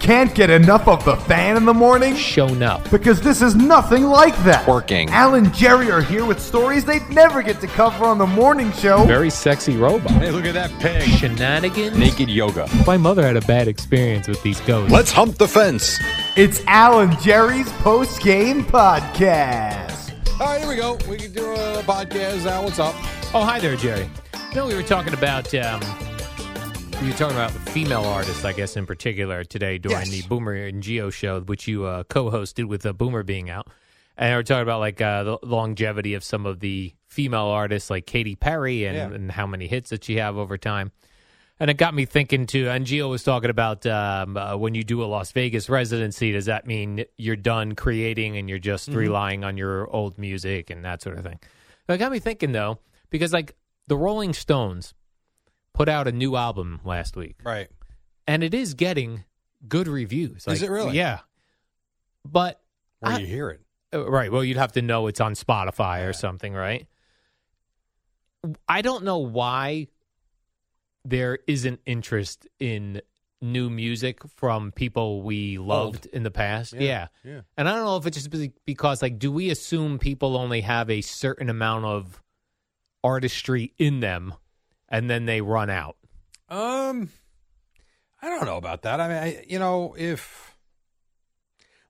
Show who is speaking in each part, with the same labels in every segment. Speaker 1: Can't get enough of the fan in the morning?
Speaker 2: shown up.
Speaker 1: Because this is nothing like that.
Speaker 3: Working.
Speaker 1: Al and Jerry are here with stories they'd never get to cover on the morning show.
Speaker 2: Very sexy robot.
Speaker 3: Hey, look at that pig.
Speaker 2: Shenanigans.
Speaker 3: Naked yoga.
Speaker 2: My mother had a bad experience with these ghosts.
Speaker 3: Let's hump the fence.
Speaker 1: It's Al and Jerry's post game podcast.
Speaker 3: All right, here we go. We can do a podcast now. What's up?
Speaker 2: Oh, hi there, Jerry. You know, we were talking about um, we were talking about female artists, I guess, in particular today during
Speaker 3: Yes.
Speaker 2: the Boomer and Geo show, which you uh, co-hosted with uh, Boomer being out, and we we're talking about like uh, the longevity of some of the female artists, like Katy Perry, and,
Speaker 3: Yeah.
Speaker 2: and how many hits that she have over time. And it got me thinking too. And Gio was talking about um, uh, when you do a Las Vegas residency, does that mean you're done creating and you're just relying on your old music and that sort of thing? That got me thinking though, because like the Rolling Stones put out a new album last week,
Speaker 3: Right.
Speaker 2: and it is getting good reviews.
Speaker 3: Is it really?
Speaker 2: Yeah, but
Speaker 3: Where
Speaker 2: I-
Speaker 3: you hear it.
Speaker 2: uh, Right. Well, you'd have to know it's on Spotify or something, right? I don't know why there isn't interest in new music from people we loved in the past. Yeah.
Speaker 3: Yeah.
Speaker 2: And I don't know if it's just be- because, like, do we assume people only have a certain amount of artistry in them and then they run out?
Speaker 3: Um, I don't know about that. I mean, I, you know, if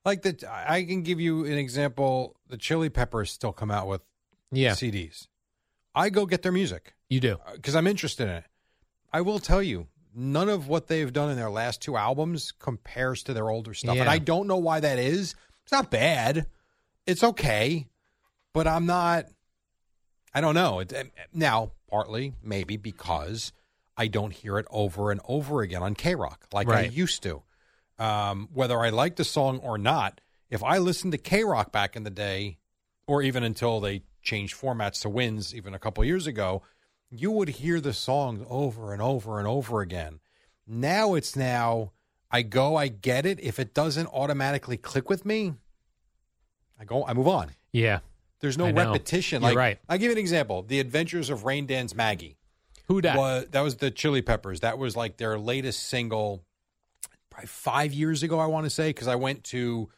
Speaker 3: like the, I can give you an example. The Chili Peppers still come out with
Speaker 2: Yeah.
Speaker 3: CDs. I go get their music
Speaker 2: you do.
Speaker 3: because I'm interested in it. I will tell you, none of what they've done in their last two albums compares to their older stuff. And
Speaker 2: Yeah.
Speaker 3: I don't know why that is. It's not bad. It's okay. But I'm not, I don't know. It, it- now, partly, maybe because I don't hear it over and over again on K Rock like I
Speaker 2: Right.
Speaker 3: used to. Um, whether I like the song or not, if I listened to K Rock back in the day, or even until they changed formats to wins, even a couple years ago, you would hear the songs over and over and over again. Now it's now I go, I get it. If it doesn't automatically click with me, I go, I move on.
Speaker 2: Yeah.
Speaker 3: There's no
Speaker 2: I know.
Speaker 3: repetition.
Speaker 2: You're
Speaker 3: like
Speaker 2: right.
Speaker 3: I'll give you an example. The Adventures of Rain Dance Maggie.
Speaker 2: Who that?
Speaker 3: Was, that was the Chili Peppers. That was like their latest single, probably five years ago. I want to say because I went to,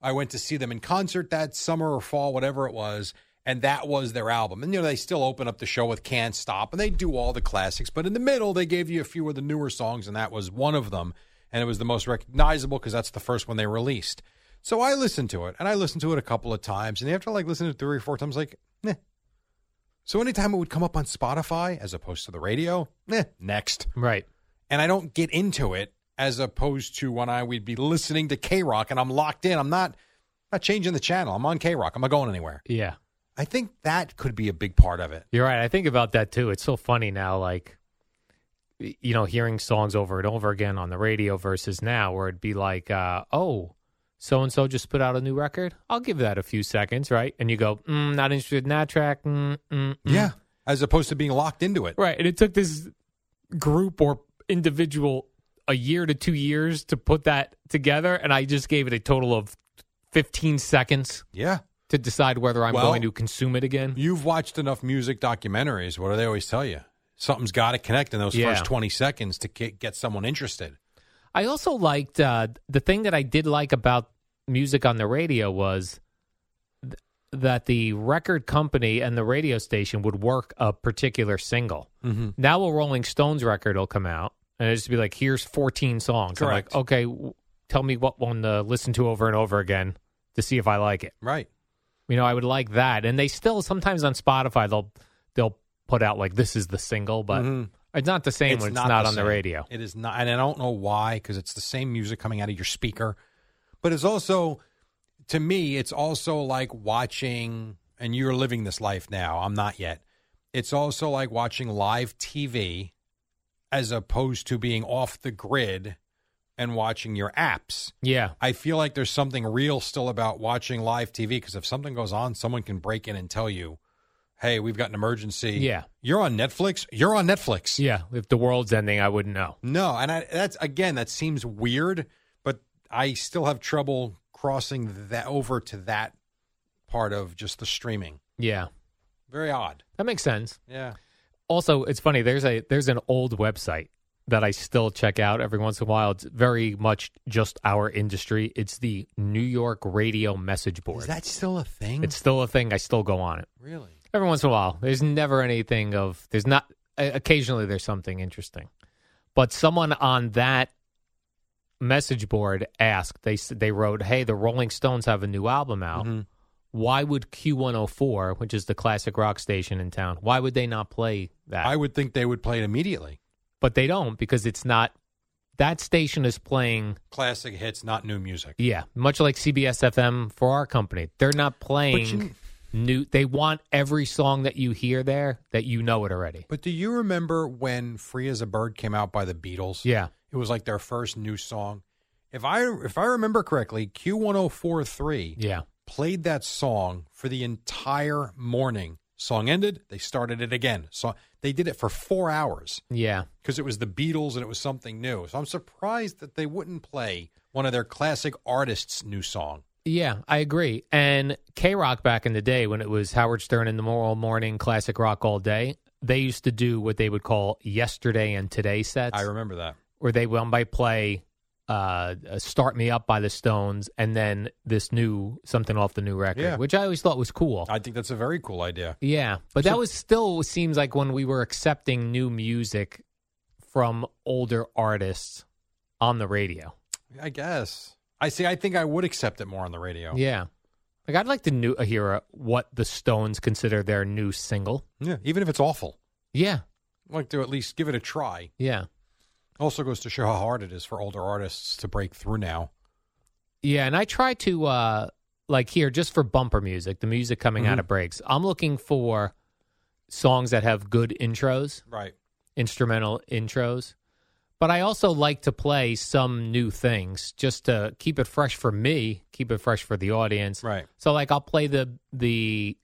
Speaker 3: I went to see them in concert that summer or fall, whatever it was, and that was their album. And you know they still open up the show with "Can't Stop" and they do all the classics, but in the middle they gave you a few of the newer songs, and that was one of them, and it was the most recognizable because that's the first one they released. So I listened to it, and I listened to it a couple of times, and after like listening to it three or four times, like, eh, so anytime it would come up on Spotify as opposed to the radio, eh, next.
Speaker 2: Right.
Speaker 3: And I don't get into it as opposed to when I would be listening to K Rock and I'm locked in. I'm not not changing the channel. I'm on K Rock. I'm not going anywhere.
Speaker 2: Yeah.
Speaker 3: I think that could be a big part of it.
Speaker 2: You're right. I think about that too. It's so funny now, like y- you know, hearing songs over and over again on the radio versus now, where it'd be like, uh, "Oh, so and so just put out a new record. I'll give that a few seconds, right?" And you go, mm, "Not interested in that track." Mm, mm, mm.
Speaker 3: As opposed to being locked into it.
Speaker 2: right. And it took this group or individual a year to two years to put that together, and I just gave it a total of fifteen seconds
Speaker 3: Yeah.
Speaker 2: to decide whether I'm
Speaker 3: Well-
Speaker 2: going to consume it again.
Speaker 3: You've watched enough music documentaries. What do they always tell you? Something's got to connect in those
Speaker 2: Yeah.
Speaker 3: first 20 seconds to get get someone interested.
Speaker 2: I also liked uh, the thing that I did like about music on the radio was th- that the record company and the radio station would work a particular single.
Speaker 3: Mm-hmm.
Speaker 2: Now a Rolling Stones record will come out and it'll just be like, here's 14 songs. I'm like,
Speaker 3: Correct.
Speaker 2: okay, w- tell me what one to listen to over and over again to see if I like it.
Speaker 3: Right.
Speaker 2: You know, I would like that. And they still sometimes on Spotify they'll they'll put out like this is the single, but
Speaker 3: Mhm.
Speaker 2: It's not the same when it's not, on the
Speaker 3: same.
Speaker 2: radio.
Speaker 3: It is not, and I don't know why because it's the same music coming out of your speaker, but it's also to me, it's also like watching. And you're living this life now. I'm not yet. It's also like watching live TV as opposed to being off the grid and watching your apps.
Speaker 2: Yeah.
Speaker 3: I feel like there's something real still about watching live TV because if something goes on, someone can break in and tell you, "Hey, we've got an emergency."
Speaker 2: Yeah.
Speaker 3: you're on Netflix. You're on Netflix.
Speaker 2: Yeah. If the world's ending, I wouldn't know.
Speaker 3: No, and I, that's again that seems weird, but I still have trouble crossing that over to that part of just the streaming.
Speaker 2: Yeah.
Speaker 3: Very odd.
Speaker 2: That makes sense.
Speaker 3: Yeah.
Speaker 2: Also, it's funny. There's a there's an old website that I still check out every once in a while. It's very much just our industry. It's the New York Radio Message Board.
Speaker 3: Is that still a thing?
Speaker 2: it's still a thing. I still go on it
Speaker 3: really.
Speaker 2: every once in a while. There's never anything of there's not o- occasionally there's something interesting, but someone on that message board asked they s- they wrote, "Hey, the Rolling Stones have a new album out.
Speaker 3: Mhm.
Speaker 2: Why would Q104, which is the classic rock station in town, why would they not play that?"
Speaker 3: I would think they would play it immediately.
Speaker 2: but they don't because it's not that station is playing
Speaker 3: Classic hits, not new music.
Speaker 2: yeah much like cbs fm for our company they're not playing
Speaker 3: you-
Speaker 2: new they want every song that you hear there that you know it already
Speaker 3: But do you remember when "Free as a Bird" came out by the Beatles?
Speaker 2: yeah
Speaker 3: It was like their first new song. If I if I remember correctly, Q1043
Speaker 2: yeah
Speaker 3: played that song for the entire morning. Song ended, they started it again. So they did it for 4 hours
Speaker 2: yeah
Speaker 3: because it was the Beatles and it was something new. So I'm surprised that they wouldn't play one of their classic artists' new song.
Speaker 2: yeah i agree and k-rock back in the day when it was howard stern in the moral morning classic rock all day they used to do what they would call yesterday and today sets
Speaker 3: I remember that.
Speaker 2: where they one might play uh, uh, "Start Me Up" by the Stones, and then this new something off the new record,
Speaker 3: Yeah.
Speaker 2: which I always thought was cool.
Speaker 3: I think that's a very cool idea.
Speaker 2: yeah, but that
Speaker 3: So-
Speaker 2: was still seems like when we were accepting new music from older artists on the radio.
Speaker 3: I guess. I see I think I would accept it more on the radio.
Speaker 2: Yeah, like I'd like to new, uh, hear uh, what the Stones consider their new single.
Speaker 3: yeah, even if it's awful.
Speaker 2: Yeah,
Speaker 3: I'd like to at least give it a try.
Speaker 2: yeah,
Speaker 3: Also goes to show how hard it is for older artists to break through now.
Speaker 2: yeah. And I try to uh, like here just for bumper music, the music coming out of
Speaker 3: Mhm.
Speaker 2: breaks. I'm looking for songs that have good intros.
Speaker 3: Right.
Speaker 2: instrumental intros. But I also like to play some new things just to keep it fresh for me, keep it fresh for the audience.
Speaker 3: Right.
Speaker 2: So like I'll play the the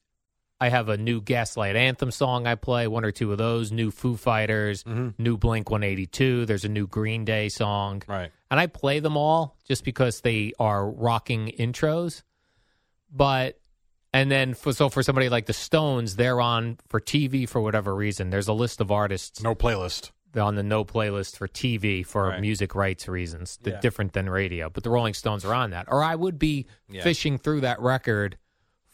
Speaker 2: I have a new Gaslight Anthem song I play, one or two of those, new Foo Fighters,
Speaker 3: Mhm.
Speaker 2: new Blink 182, there's a new Green Day song.
Speaker 3: Right.
Speaker 2: And I play them all just because they are rocking intros. But and then for so for somebody like the Stones, they're on for TV for whatever reason. There's a list of artists
Speaker 3: No playlist.
Speaker 2: on the no playlist for TV for
Speaker 3: Right.
Speaker 2: music rights reasons, th-
Speaker 3: Yeah.
Speaker 2: different than radio. But the Rolling Stones are on that. Or I would be
Speaker 3: Yeah.
Speaker 2: fishing through that record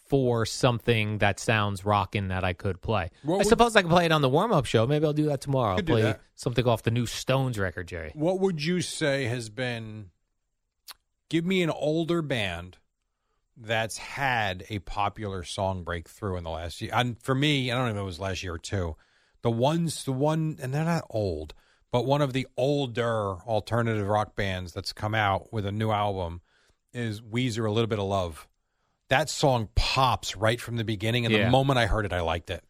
Speaker 2: for something that sounds rocking that I could play.
Speaker 3: What
Speaker 2: I
Speaker 3: would-
Speaker 2: suppose I can play it on the warm up show. Maybe I'll do that tomorrow. I'll
Speaker 3: Could do
Speaker 2: play
Speaker 3: that.
Speaker 2: something off the new Stones record, Jerry.
Speaker 3: What would you say has been give me an older band that's had a popular song breakthrough in the last year? And for me, I don't know if it was last year or two. The ones the one and they're not old, but one of the older alternative rock bands that's come out with a new album is Weezer A Little Bit of Love. That song pops right from the beginning, and
Speaker 2: Yeah.
Speaker 3: the moment I heard it, I liked it.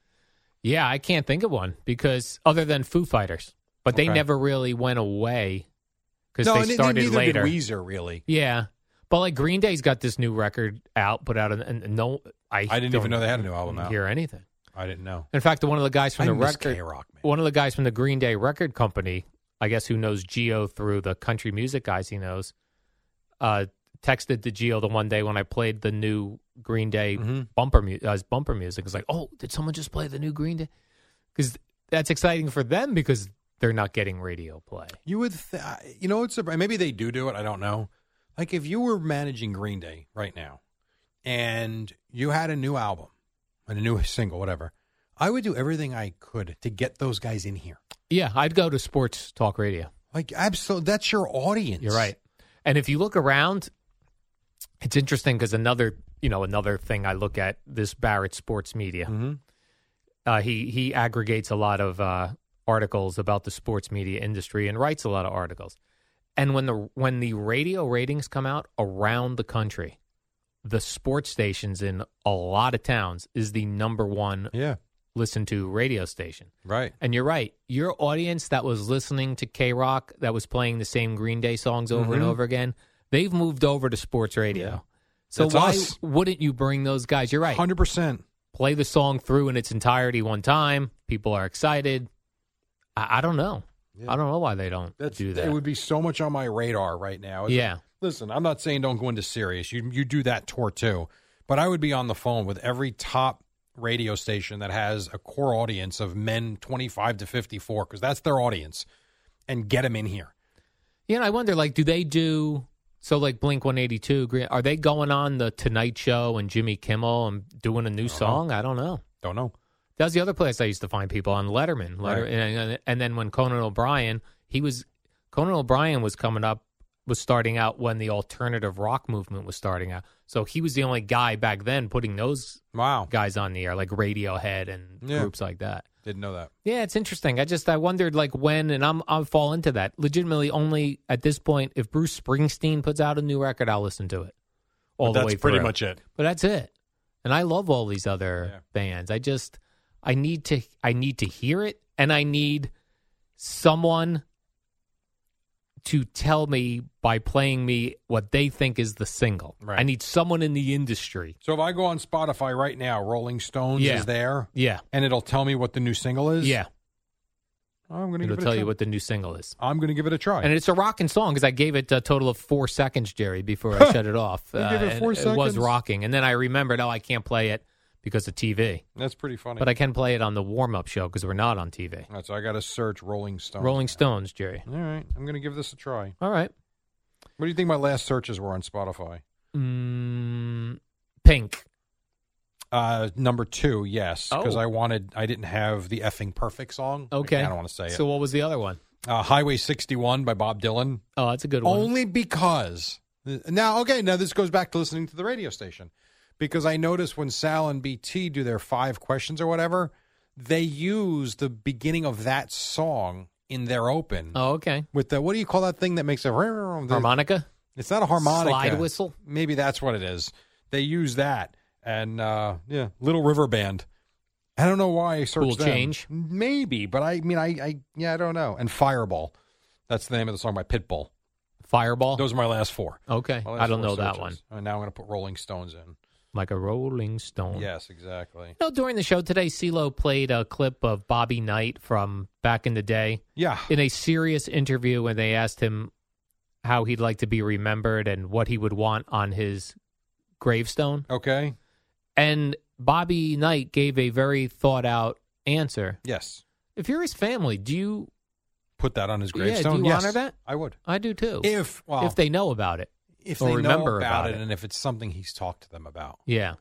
Speaker 2: Yeah, I can't think of one because other than Foo Fighters, but they
Speaker 3: Okay.
Speaker 2: never really went away because
Speaker 3: no, and
Speaker 2: they
Speaker 3: then
Speaker 2: started
Speaker 3: neither
Speaker 2: later.
Speaker 3: Did Weezer really?
Speaker 2: Yeah, but like Green Day's got this new record out, put out, and, and no, I
Speaker 3: I didn't
Speaker 2: don't
Speaker 3: even know they had a new album out.
Speaker 2: Hear anything?
Speaker 3: I didn't know.
Speaker 2: In fact, one of the guys from
Speaker 3: I
Speaker 2: the
Speaker 3: miss
Speaker 2: record,
Speaker 3: K-Rock, man.
Speaker 2: one of the guys from the Green Day record company, I guess who knows Geo through the country music guys he knows, uh, texted to Geo the one day when I played the new Green Day
Speaker 3: Mhm.
Speaker 2: bumper mu- uh, his bumper music. It's like, oh, did someone just play the new Green Day? Because that's exciting for them because they're not getting radio play.
Speaker 3: You would, th- I- you know, it's a, maybe they do do it. I don't know. Like if you were managing Green Day right now, and you had a new album and a new single, whatever, I would do everything I could to get those guys in here.
Speaker 2: Yeah, I'd go to sports talk radio.
Speaker 3: Like absolutely, that's your audience.
Speaker 2: You're right. And if you look around, it's interesting because another, you know, another thing I look at this Barrett Sports Media.
Speaker 3: Mhm.
Speaker 2: Uh, he he aggregates a lot of uh, articles about the sports media industry and writes a lot of articles. And when the when the radio ratings come out around the country, the sports stations in a lot of towns is the number one
Speaker 3: Yeah.
Speaker 2: listened to radio station.
Speaker 3: Right.
Speaker 2: And you're right. Your audience that was listening to K Rock, that was playing the same Green Day songs over and
Speaker 3: Mhm.
Speaker 2: over again, they've moved over to sports radio.
Speaker 3: Yeah.
Speaker 2: So
Speaker 3: That's
Speaker 2: why
Speaker 3: us.
Speaker 2: wouldn't you bring those guys? You're right.
Speaker 3: 100%.
Speaker 2: Play the song through in its entirety one time. People are excited. I, I don't know.
Speaker 3: Yeah.
Speaker 2: I don't know why they don't
Speaker 3: That's,
Speaker 2: do that.
Speaker 3: It would be so much on my radar right now.
Speaker 2: yeah.
Speaker 3: Listen, I'm not saying don't go into Sirius. You you do that tour too, but I would be on the phone with every top radio station that has a core audience of men 25 to 54 because that's their audience, and get them in here.
Speaker 2: You know, I wonder, like, do they do so? Like Blink One Eighty Two, are they going on the Tonight Show and Jimmy Kimmel and doing a new song? I don't know.
Speaker 3: Don't know.
Speaker 2: That was the other place I used to find people on Letterman. Letterman
Speaker 3: Right.
Speaker 2: and, and then when Conan O'Brien, he was Conan O'Brien was coming up, was starting out when the alternative rock movement was starting out. So he was the only guy back then putting those
Speaker 3: Wow,
Speaker 2: guys on the air, like Radiohead and
Speaker 3: Yeah.
Speaker 2: groups like that.
Speaker 3: didn't know that.
Speaker 2: Yeah, it's interesting. I just I wondered like when, and I'm I'll fall into that. Legitimately, only at this point, if Bruce Springsteen puts out a new record, I'll listen to it all the
Speaker 3: that's
Speaker 2: way
Speaker 3: pretty
Speaker 2: through.
Speaker 3: much it.
Speaker 2: But that's it. And I love all these other
Speaker 3: Yeah.
Speaker 2: bands. I just I need to I need to hear it and I need someone to tell me by playing me what they think is the single.
Speaker 3: Right.
Speaker 2: I need someone in the industry.
Speaker 3: So if I go on Spotify right now, Rolling Stones
Speaker 2: Yeah.
Speaker 3: is there,
Speaker 2: Yeah.
Speaker 3: and it'll tell me what the new single is.
Speaker 2: Yeah.
Speaker 3: I'm going to
Speaker 2: It'll
Speaker 3: give it
Speaker 2: tell
Speaker 3: a
Speaker 2: you
Speaker 3: try.
Speaker 2: what the new single is.
Speaker 3: I'm going to give it a try.
Speaker 2: And it's a rocking song because I gave it a total of four seconds, Jerry, before I shut it off. Uh,
Speaker 3: You gave it
Speaker 2: and
Speaker 3: four
Speaker 2: It was
Speaker 3: seconds?
Speaker 2: rocking, and then I remembered, oh, I can't play it because of TV,
Speaker 3: that's pretty funny.
Speaker 2: but I can play it on the warm-up show because we're not on TV.
Speaker 3: All right, so I got to search Rolling Stones.
Speaker 2: Rolling Stones, Jerry.
Speaker 3: All right, I'm going to give this a try.
Speaker 2: All right.
Speaker 3: What do you think my last searches were on Spotify?
Speaker 2: Mm, pink.
Speaker 3: Uh, number two, yes, because
Speaker 2: Oh.
Speaker 3: I wanted I didn't have the effing perfect song.
Speaker 2: Okay.
Speaker 3: I don't want to say
Speaker 2: So what was the other one?
Speaker 3: it. Uh, Highway 61 by Bob Dylan.
Speaker 2: Oh, that's a good one.
Speaker 3: Only because uh, now, okay, now this goes back to listening to the radio station because I noticed when Sal and BT do their five questions or whatever, they use the beginning of that song in their open
Speaker 2: Oh, okay.
Speaker 3: with the what do you call that thing that makes a
Speaker 2: Harmonica.
Speaker 3: It's not a harmonica.
Speaker 2: Slide whistle?
Speaker 3: Maybe that's what it is. They use that and uh, yeah, Little River Band. I don't know why I searched
Speaker 2: Cool
Speaker 3: them.
Speaker 2: change.
Speaker 3: Maybe, but I mean, I, I yeah, I don't know. And Fireball. That's the name of the song by Pitbull.
Speaker 2: Fireball.
Speaker 3: Those are my last four.
Speaker 2: okay.
Speaker 3: My last
Speaker 2: Oh. I don't
Speaker 3: four
Speaker 2: know that
Speaker 3: searches.
Speaker 2: one.
Speaker 3: And now I'm going to put Rolling Stones in.
Speaker 2: Like a Rolling Stone.
Speaker 3: Yes, exactly.
Speaker 2: You know, during the show today, CeeLo played a clip of Bobby Knight from back in the day.
Speaker 3: Yeah.
Speaker 2: in a serious interview when they asked him how he'd like to be remembered and what he would want on his gravestone.
Speaker 3: Okay.
Speaker 2: And Bobby Knight gave a very thought out answer.
Speaker 3: Yes.
Speaker 2: If you're his family, do you?
Speaker 3: Put that on his
Speaker 2: Yeah, do you
Speaker 3: gravestone. yes.
Speaker 2: honor that?
Speaker 3: I would.
Speaker 2: I do too.
Speaker 3: If well,
Speaker 2: if they know about it.
Speaker 3: if
Speaker 2: or
Speaker 3: they know
Speaker 2: remember
Speaker 3: about,
Speaker 2: about
Speaker 3: it,
Speaker 2: it.
Speaker 3: and if it's something he's talked to them about.
Speaker 2: Yeah.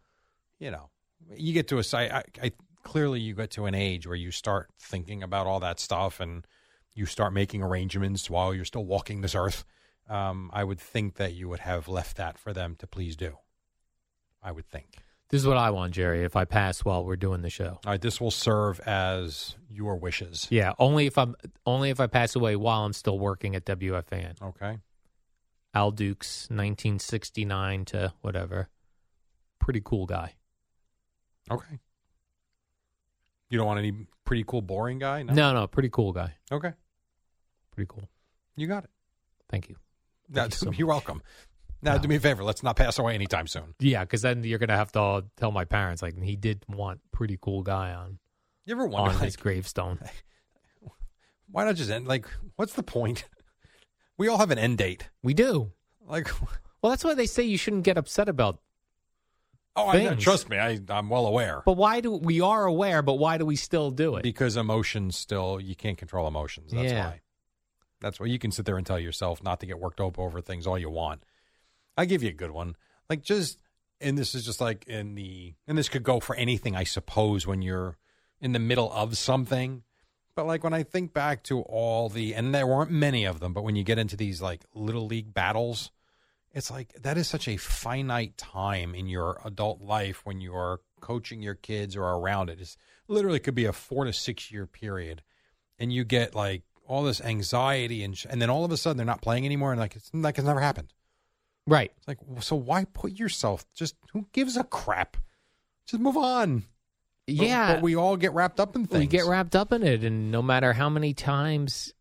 Speaker 3: you know, you get to a site. I, I clearly you get to an age where you start thinking about all that stuff and you start making arrangements while you're still walking this earth. Um, I would think that you would have left that for them to please do. I would think.
Speaker 2: This is what I want, Jerry, if I pass while we're doing the show.
Speaker 3: All right, this will serve as your wishes.
Speaker 2: Yeah, only if I'm only if I pass away while I'm still working at WFAN.
Speaker 3: Okay.
Speaker 2: Al Dukes, 1969 to whatever. Pretty cool guy.
Speaker 3: Okay. You don't want any pretty cool, boring guy? No.
Speaker 2: no, no pretty cool guy.
Speaker 3: Okay.
Speaker 2: Pretty cool.
Speaker 3: You got it.
Speaker 2: Thank you.
Speaker 3: Now,
Speaker 2: you so
Speaker 3: you're welcome. Now, do me a favor. Let's not pass away anytime soon.
Speaker 2: Yeah, because then you're gonna have to tell my parents like he did want pretty cool guy on
Speaker 3: You ever wonder?
Speaker 2: on
Speaker 3: like,
Speaker 2: his gravestone.
Speaker 3: why not just end? Like, what's the point? We all have an end date.
Speaker 2: We do.
Speaker 3: Like,
Speaker 2: Well, that's why they say you shouldn't get upset about.
Speaker 3: oh, I know,
Speaker 2: Things.
Speaker 3: trust me, I, I'm well aware
Speaker 2: But why do we are aware? But why do we still do it?
Speaker 3: because emotions still you can't control emotions. That's
Speaker 2: Yeah.
Speaker 3: why. That's why you can sit there and tell yourself not to get worked up over things all you want. I give you a good one. Like, just and this is just like in the and this could go for anything, I suppose, when you're in the middle of something. But like when I think back to all the and there weren't many of them, but when you get into these like little league battles, it's like that is such a finite time in your adult life when you are coaching your kids or around it. It's literally could be a four to six year period. and you get like all this anxiety and sh- and then all of a sudden they're not playing anymore and like it's like it's never happened.
Speaker 2: Right.
Speaker 3: It's like w- so why put yourself just who gives a crap? Just move on. But-
Speaker 2: yeah.
Speaker 3: but, we all get wrapped up in things.
Speaker 2: We get wrapped up in it, and no matter how many times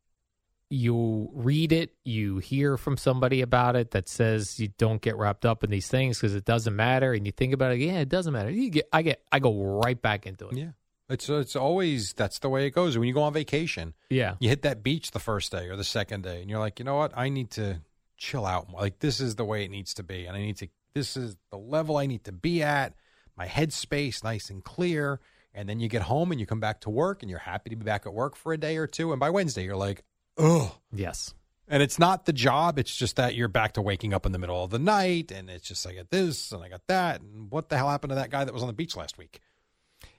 Speaker 2: you read it, you hear from somebody about it that says you don't get wrapped up in these things because it doesn't matter, and you think about it, yeah, it doesn't matter. You get, I get, I go right back into it.
Speaker 3: Yeah, it's it's always that's the way it goes. When you go on vacation,
Speaker 2: Yeah,
Speaker 3: you hit that beach the first day or the second day, and you're like, you know what, I need to chill out. more. Like this is the way it needs to be, and I need to. This is the level I need to be at. My headspace nice and clear, and then you get home and you come back to work, and you're happy to be back at work for a day or two, and by Wednesday you're like, ugh.
Speaker 2: yes,
Speaker 3: And it's not the job; it's just that you're back to waking up in the middle of the night, and it's just I got this and I got that, and what the hell happened to that guy that was on the beach last week?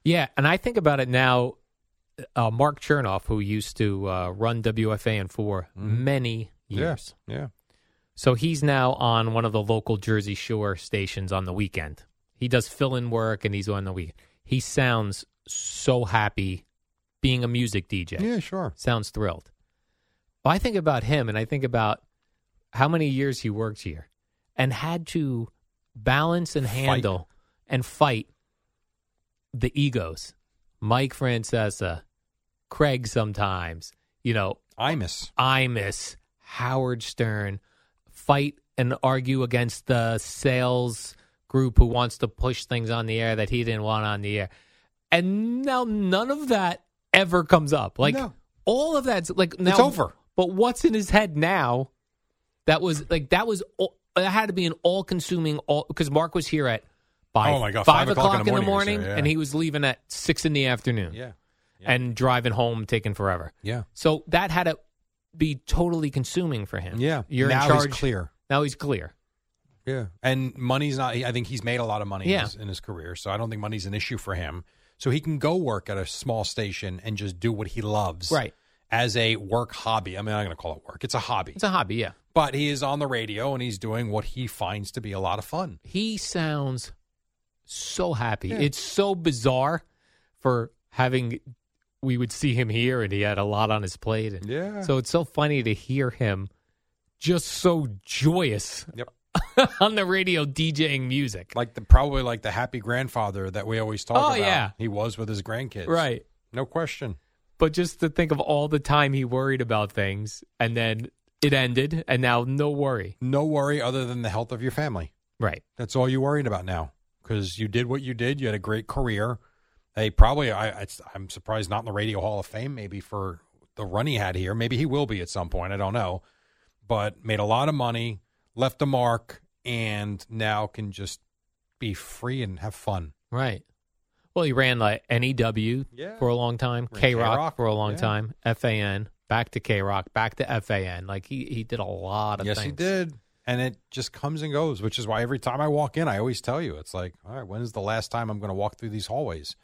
Speaker 2: yeah. And I think about it now. Uh, Mark Chernoff, who used to uh, run WFAN for
Speaker 3: Mm-hmm.
Speaker 2: many years,
Speaker 3: Yeah, yeah.
Speaker 2: So he's now on one of the local Jersey Shore stations on the weekend. He does fill in work and he's on the weekend. He sounds so happy being a music DJ.
Speaker 3: Yeah, sure.
Speaker 2: Sounds thrilled. Well, I think about him and I think about how many years he worked here and had to balance and
Speaker 3: Fight.
Speaker 2: handle and fight the egos. Mike Francesa, Craig sometimes, you know,
Speaker 3: I miss.
Speaker 2: Imus, Howard Stern fight and argue against the sales group who wants to push things on the air that he didn't want on the air. And now none of that ever comes up. Like
Speaker 3: No.
Speaker 2: all of that's like now
Speaker 3: over.
Speaker 2: But what's in his head now? That was like that was all, that had to be an all consuming all because Mark was here at by
Speaker 3: Oh my God,
Speaker 2: five,
Speaker 3: five o'clock in the
Speaker 2: in the
Speaker 3: morning,
Speaker 2: morning
Speaker 3: you say, yeah.
Speaker 2: and he was leaving at six in the afternoon
Speaker 3: Yeah,
Speaker 2: and driving home taking forever.
Speaker 3: yeah.
Speaker 2: So that had to be totally consuming for him.
Speaker 3: Yeah.
Speaker 2: you're
Speaker 3: now
Speaker 2: in charge.
Speaker 3: He's clear.
Speaker 2: Now he's clear.
Speaker 3: Yeah. And money's not, I think he's made a lot of money in,
Speaker 2: Yeah.
Speaker 3: his, in his career. So I don't think money's an issue for him. So he can go work at a small station and just do what he loves.
Speaker 2: Right.
Speaker 3: As a work hobby. I mean, I'm going to call it work. It's a hobby.
Speaker 2: It's a hobby. Yeah,
Speaker 3: but he is on the radio and he's doing what he finds to be a lot of fun.
Speaker 2: he sounds so happy.
Speaker 3: Yeah.
Speaker 2: It's so bizarre for having. We would see him here, and he had a lot on his plate. And
Speaker 3: Yeah.
Speaker 2: So it's so funny to hear him just so joyous
Speaker 3: Yep.
Speaker 2: on the radio DJing music.
Speaker 3: Like the probably like the happy grandfather that we always talk
Speaker 2: Oh,
Speaker 3: about.
Speaker 2: yeah.
Speaker 3: He was with his grandkids.
Speaker 2: right.
Speaker 3: No question.
Speaker 2: But just to think of all the time he worried about things, and then it ended, and now no worry.
Speaker 3: No worry other than the health of your family.
Speaker 2: Right.
Speaker 3: That's all you're worried about now because you did what you did. You had a great career. Hey, probably I, it's, I'm surprised not in the Radio Hall of Fame. Maybe for the run he had here, maybe he will be at some point. I don't know, but made a lot of money, left a mark, and now can just be free and have fun.
Speaker 2: Right. Well, he ran like NEW
Speaker 3: Yeah.
Speaker 2: for a long time,
Speaker 3: Ran
Speaker 2: K Rock
Speaker 3: K-Rock,
Speaker 2: for a long
Speaker 3: yeah.
Speaker 2: time, FAN, back to K Rock, back to FAN. Like he, he did a lot of
Speaker 3: yes,
Speaker 2: things.
Speaker 3: he did. And it just comes and goes, which is why every time I walk in, I always tell you, it's like, all right, when is the last time I'm going to walk through these hallways?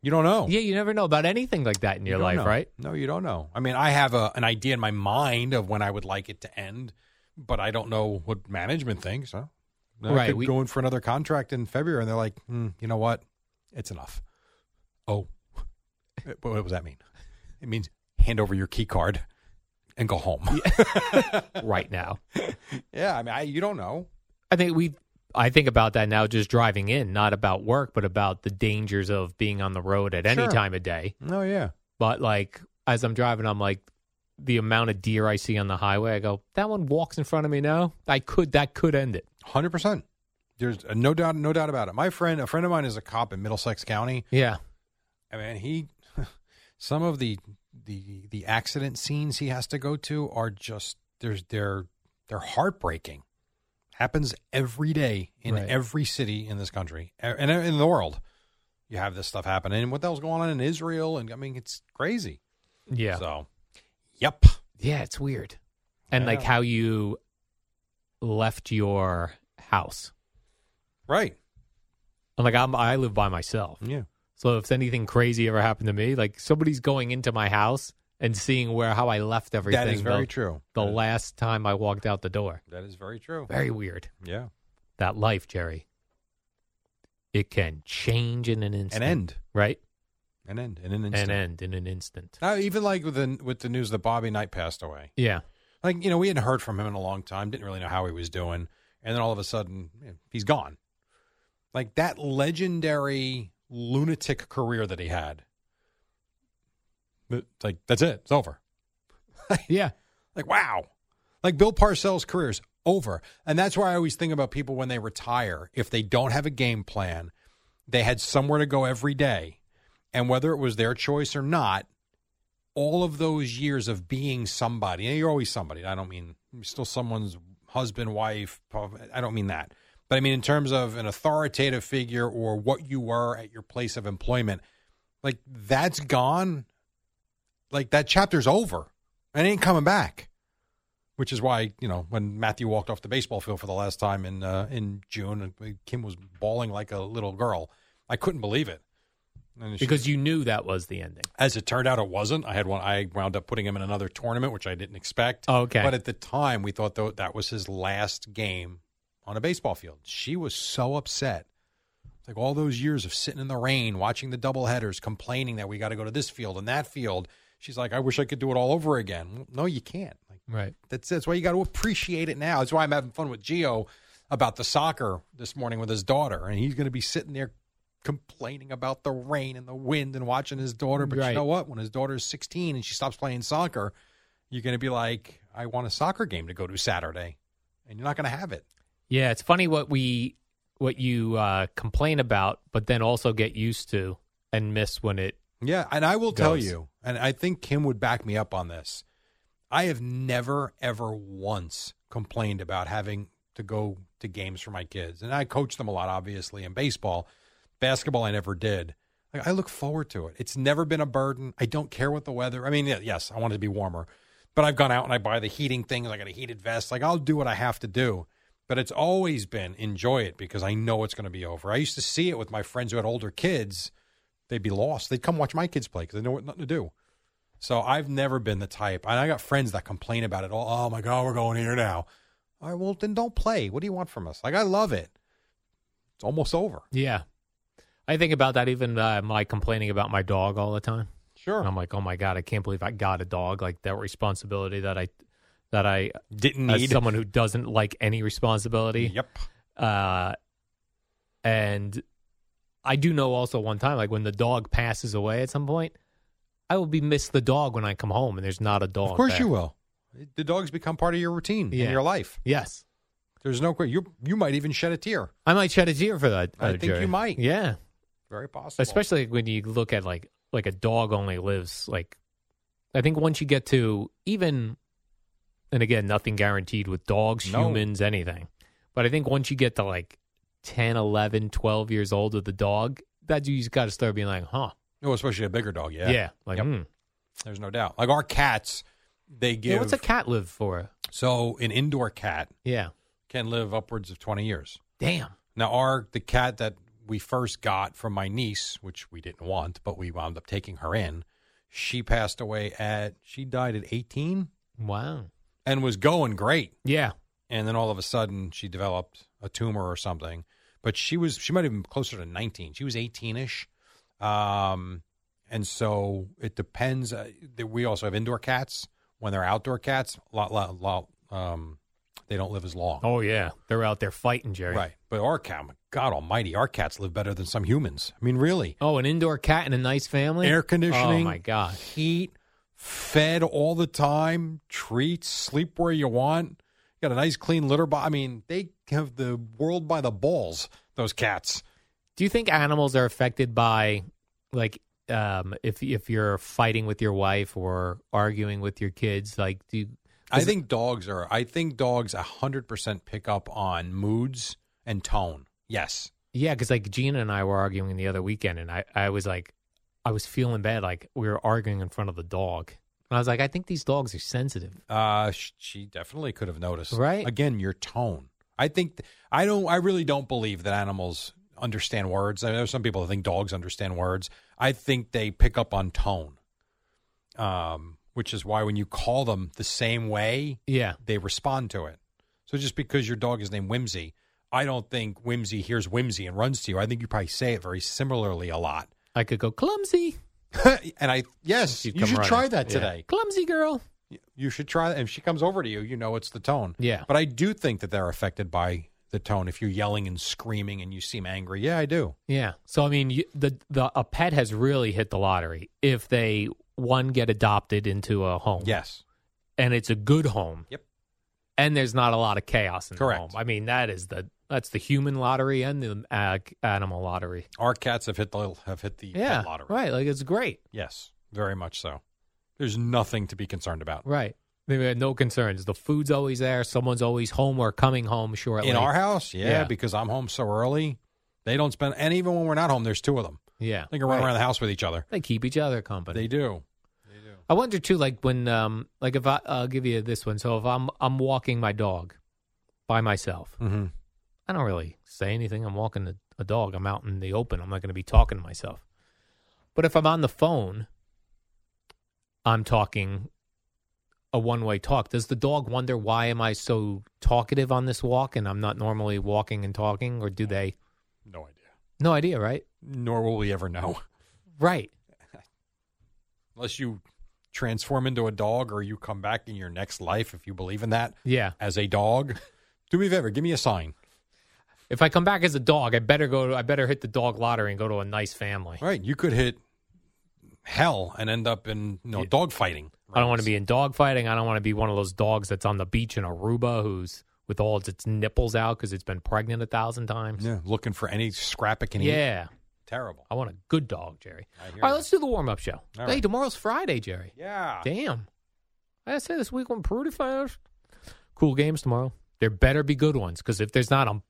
Speaker 3: You don't know.
Speaker 2: Yeah, you never know about anything like that in your
Speaker 3: You don't
Speaker 2: life,
Speaker 3: know.
Speaker 2: right?
Speaker 3: No, you don't know. I mean, I have a, an idea in my mind of when I would like it to end, but I don't know what management thinks. Huh? I
Speaker 2: Right,
Speaker 3: could
Speaker 2: we-
Speaker 3: go in for another contract in February, and they're like, "Hmm, you know what? It's enough. Oh, what, what does that mean? It means hand over your key card and go home. Yeah,
Speaker 2: right now.
Speaker 3: I mean, I, you don't know.
Speaker 2: I think we I think about that now just driving in, not about work, but about the dangers of being on the road at any
Speaker 3: Sure.
Speaker 2: time of day.
Speaker 3: No, yeah,
Speaker 2: But like as I'm driving, I'm like the amount of deer I see on the highway, I go, that one walks in front of me now. I could that could end it.
Speaker 3: hundred percent. There's uh, no doubt, no doubt about it. My friend, a friend of mine, is a cop in Middlesex County.
Speaker 2: Yeah.
Speaker 3: I mean, he some of the the the accident scenes he has to go to are just there's they're they're heartbreaking. Happens every day in
Speaker 2: Right.
Speaker 3: every city in this country a- and in the world. You have this stuff happening. And what the hell's going on in Israel? And I mean, it's crazy.
Speaker 2: Yeah.
Speaker 3: So, yep.
Speaker 2: Yeah, it's weird. And
Speaker 3: I
Speaker 2: like
Speaker 3: know.
Speaker 2: how you left your house.
Speaker 3: Right.
Speaker 2: I'm like I'm I live by myself.
Speaker 3: Yeah.
Speaker 2: So if anything crazy ever happened to me, like somebody's going into my house and seeing where how I left everything.
Speaker 3: that is
Speaker 2: the-
Speaker 3: very true.
Speaker 2: The
Speaker 3: That is-
Speaker 2: last time I walked out the door.
Speaker 3: that is very true.
Speaker 2: Very weird.
Speaker 3: Yeah.
Speaker 2: That life, Jerry. It can change in an
Speaker 3: An
Speaker 2: instant.
Speaker 3: end.
Speaker 2: Right?
Speaker 3: An end in an instant. Ah.
Speaker 2: and end in an instant.
Speaker 3: Now, even like with the with the news that Bobby Knight passed away.
Speaker 2: Yeah.
Speaker 3: Like you know, we hadn't heard from him in a long time. Didn't really know how he was doing, and then all of a sudden, you know, he's gone. Like that legendary lunatic career that he had. But, Like that's it. It's over.
Speaker 2: Yeah.
Speaker 3: Like, wow. Like Bill Parcells' career is over. And that's why I always think about people when they retire. If they don't have a game plan, they had somewhere to go every day. And whether it was their choice or not, all of those years of being somebody, and you're always somebody. I don't mean you're still someone's husband, wife. I don't mean that. But I mean, in terms of an authoritative figure or what you were at your place of employment, like that's gone. Like that chapter's over and it ain't coming back. Which is why you know when Matthew walked off the baseball field for the last time in uh, in June, and Kim was bawling like a little girl. I couldn't believe it. And she-
Speaker 2: Because you knew that was the ending.
Speaker 3: as it turned out, it wasn't. I had one. I wound up putting him in another tournament, which I didn't expect.
Speaker 2: Oh, okay.
Speaker 3: But at the time, we thought though that was his last game on a baseball field. She was so upset. It's Like all those years of sitting in the rain, watching the doubleheaders, complaining that we got to go to this field and that field. She's like, I wish I could do it all over again. Well, no, you can't. Like
Speaker 2: Right.
Speaker 3: that's that's why you got to appreciate it now. That's why I'm having fun with Gio about the soccer this morning with his daughter, and he's going to be sitting there complaining about the rain and the wind and watching his daughter. But you
Speaker 2: Right.
Speaker 3: know what? When his daughter is 16 and she stops playing soccer, you're going to be like, I want a soccer game to go to Saturday, and you're not going to have it.
Speaker 2: Yeah, it's funny what we what you uh, complain about, but then also get used to and miss when it.
Speaker 3: Yeah, and I will tell
Speaker 2: Goes.
Speaker 3: you, and I think Kim would back me up on this. I have never ever once complained about having to go to games for my kids, and I coach them a lot, obviously in baseball, basketball. I never did. Like, I look forward to it. It's never been a burden. I don't care what the weather. I mean, yeah, yes, I want it to be warmer, but I've gone out and I buy the heating things. I got a heated vest. Like I'll do what I have to do. But it's always been enjoy it because I know it's going to be over. I used to see it with my friends who had older kids they'd be lost. They'd come watch my kids play because they know what nothing to do. So I've never been the type, and I got friends that complain about it. all. Oh my god, we're going here now. All right, well then don't play. What do you want from us? Like I love it. It's almost over.
Speaker 2: Yeah, I think about that even uh, my complaining about my dog all the time.
Speaker 3: Sure.
Speaker 2: And I'm like, oh my god, I can't believe I got a dog. Like that responsibility that I that I
Speaker 3: Didn't
Speaker 2: as
Speaker 3: need.
Speaker 2: someone who doesn't like any responsibility.
Speaker 3: Yep.
Speaker 2: Uh, and I do know also one time, like when the dog passes away at some point, I will be miss the dog when I come home, and there's not a dog.
Speaker 3: Of course
Speaker 2: there.
Speaker 3: you will. The dogs become part of your routine
Speaker 2: Yeah.
Speaker 3: in your life.
Speaker 2: Yes,
Speaker 3: There's no you you might even shed a tear.
Speaker 2: I might shed a tear for that.
Speaker 3: I
Speaker 2: uh,
Speaker 3: think
Speaker 2: Jerry.
Speaker 3: you might.
Speaker 2: Yeah,
Speaker 3: Very possible.
Speaker 2: especially when you look at like like a dog only lives like. I think once you get to even, and again, nothing guaranteed with dogs,
Speaker 3: No.
Speaker 2: humans, anything. But I think once you get to like 10, 11, 12 years old with the dog, that's you just got to start being like, huh,
Speaker 3: no, Oh, especially a bigger dog. Yeah.
Speaker 2: yeah, like,
Speaker 3: Yep.
Speaker 2: hmm.
Speaker 3: There's no doubt. Like our cats, they give.
Speaker 2: Yeah, what's a cat live for?
Speaker 3: So an indoor cat
Speaker 2: Yeah.
Speaker 3: can live upwards of twenty years.
Speaker 2: Damn.
Speaker 3: Now, our the cat that we first got from my niece, which we didn't want, but we wound up taking her in. She passed away at she died at 18
Speaker 2: Wow.
Speaker 3: and was going great,
Speaker 2: Yeah.
Speaker 3: and then all of a sudden she developed a tumor or something. But she was she might have been closer to 19. She was 18ish, um, and so it depends. Uh, that we also have indoor cats. When they're outdoor cats, lot lot lot um, they don't live as long.
Speaker 2: Oh yeah. They're out there fighting, Jerry.
Speaker 3: Right. But our cat, my God almighty, our cats live better than some humans. I mean, really.
Speaker 2: Oh, an indoor cat and a nice family.
Speaker 3: Air conditioning.
Speaker 2: Oh my god.
Speaker 3: Heat, fed all the time, treats, sleep where you want. Got a nice clean litter box. I mean, they have the world by the balls, those cats.
Speaker 2: Do you think animals are affected by like um if if you're fighting with your wife or arguing with your kids, like do you,
Speaker 3: I think dogs are, I think dogs 100% pick up on moods and tone. Yes.
Speaker 2: Yeah, because like Gina and I were arguing the other weekend, and I, I was like, I was feeling bad. Like we were arguing in front of the dog, and I was like, I think these dogs are sensitive.
Speaker 3: Uh, sh- she definitely could have noticed.
Speaker 2: Right.
Speaker 3: Again, your tone. I think th- I don't. I really don't believe that animals understand words. I know some people that think dogs understand words. I think they pick up on tone. Um, which is why when you call them the same way,
Speaker 2: Yeah,
Speaker 3: they respond to it. So just because your dog is named Whimsy, I don't think Whimsy hears Whimsy and runs to you. I think you probably say it very similarly a lot.
Speaker 2: I could go clumsy.
Speaker 3: and I yes,
Speaker 2: She'd
Speaker 3: you
Speaker 2: come
Speaker 3: should
Speaker 2: running.
Speaker 3: try that
Speaker 2: Yeah.
Speaker 3: today.
Speaker 2: Clumsy girl.
Speaker 3: You should try that. If she comes over to you, you know it's the tone.
Speaker 2: Yeah.
Speaker 3: But I do think that they're affected by the tone. If you're yelling and screaming and you seem angry, yeah, I do.
Speaker 2: Yeah. So I mean, you, the the a pet has really hit the lottery if they one get adopted into a home.
Speaker 3: Yes.
Speaker 2: and it's a good home.
Speaker 3: Yep.
Speaker 2: And there's not a lot of chaos in
Speaker 3: Correct.
Speaker 2: the home. I mean, that is the that's the human lottery and the uh, animal lottery.
Speaker 3: Our cats have hit the have hit the pet
Speaker 2: yeah.
Speaker 3: lottery.
Speaker 2: Right. Like it's great.
Speaker 3: Yes, very much so. There's nothing to be concerned about.
Speaker 2: Right. They had no concerns. The food's always there. Someone's always home or coming home shortly.
Speaker 3: In our house, yeah,
Speaker 2: Yeah.
Speaker 3: because I'm home so early. They don't spend, and even when we're not home, there's two of them.
Speaker 2: yeah.
Speaker 3: They can run around the house with each other.
Speaker 2: They keep each other company.
Speaker 3: They do.
Speaker 2: I wonder too, like when, um, like if I, I'll give you this one. So if I'm I'm walking my dog by myself,
Speaker 3: Mm-hmm.
Speaker 2: I don't really say anything. I'm walking a, a dog. I'm out in the open. I'm not going to be talking to myself. But if I'm on the phone, I'm talking a one way talk. Does the dog wonder why am I so talkative on this walk and I'm not normally walking and talking, or do they?
Speaker 3: No idea.
Speaker 2: No idea, right?
Speaker 3: Nor will we ever know
Speaker 2: Right.
Speaker 3: unless you transform into a dog or you come back in your next life if you believe in that
Speaker 2: Yeah.
Speaker 3: as a dog. do me a favor, give me a sign.
Speaker 2: If I come back as a dog, I better go. I better hit the dog lottery and go to a nice family.
Speaker 3: Right, you could hit hell and end up in you know, dog fighting.
Speaker 2: I don't want to be in dog fighting. I don't want to be one of those dogs that's on the beach in Aruba who's with all its nipples out because it's been pregnant a thousand times.
Speaker 3: Yeah, looking for any scrap it can eat.
Speaker 2: Yeah. Oh.
Speaker 3: Terrible.
Speaker 2: I want a good dog, Jerry.
Speaker 3: I
Speaker 2: All
Speaker 3: hear
Speaker 2: right,
Speaker 3: you.
Speaker 2: let's do the warm up show. hey,
Speaker 3: All right. Ah.
Speaker 2: tomorrow's Friday, Jerry.
Speaker 3: Yeah.
Speaker 2: Damn. I gotta say this week went pretty fast. Cool games tomorrow. There better be good ones because if there's not, I'm,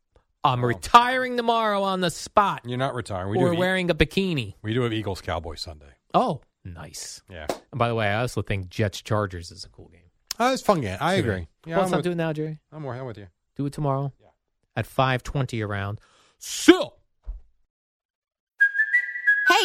Speaker 2: I'm retiring tomorrow on the spot
Speaker 3: You're not retiring. Oh. We do
Speaker 2: or
Speaker 3: have,
Speaker 2: wearing a bikini.
Speaker 3: we do have Eagles Cowboy Sunday.
Speaker 2: Oh, nice.
Speaker 3: Yeah.
Speaker 2: And by the way, I also think Jets Chargers is a cool game.
Speaker 3: Uh, it's a fun game. I agree.
Speaker 2: well,
Speaker 3: Yeah, I'm,
Speaker 2: let's not
Speaker 3: with,
Speaker 2: do it now, Jerry.
Speaker 3: I'm more I'm with you.
Speaker 2: Do it tomorrow at 520 around. So.
Speaker 4: Hey,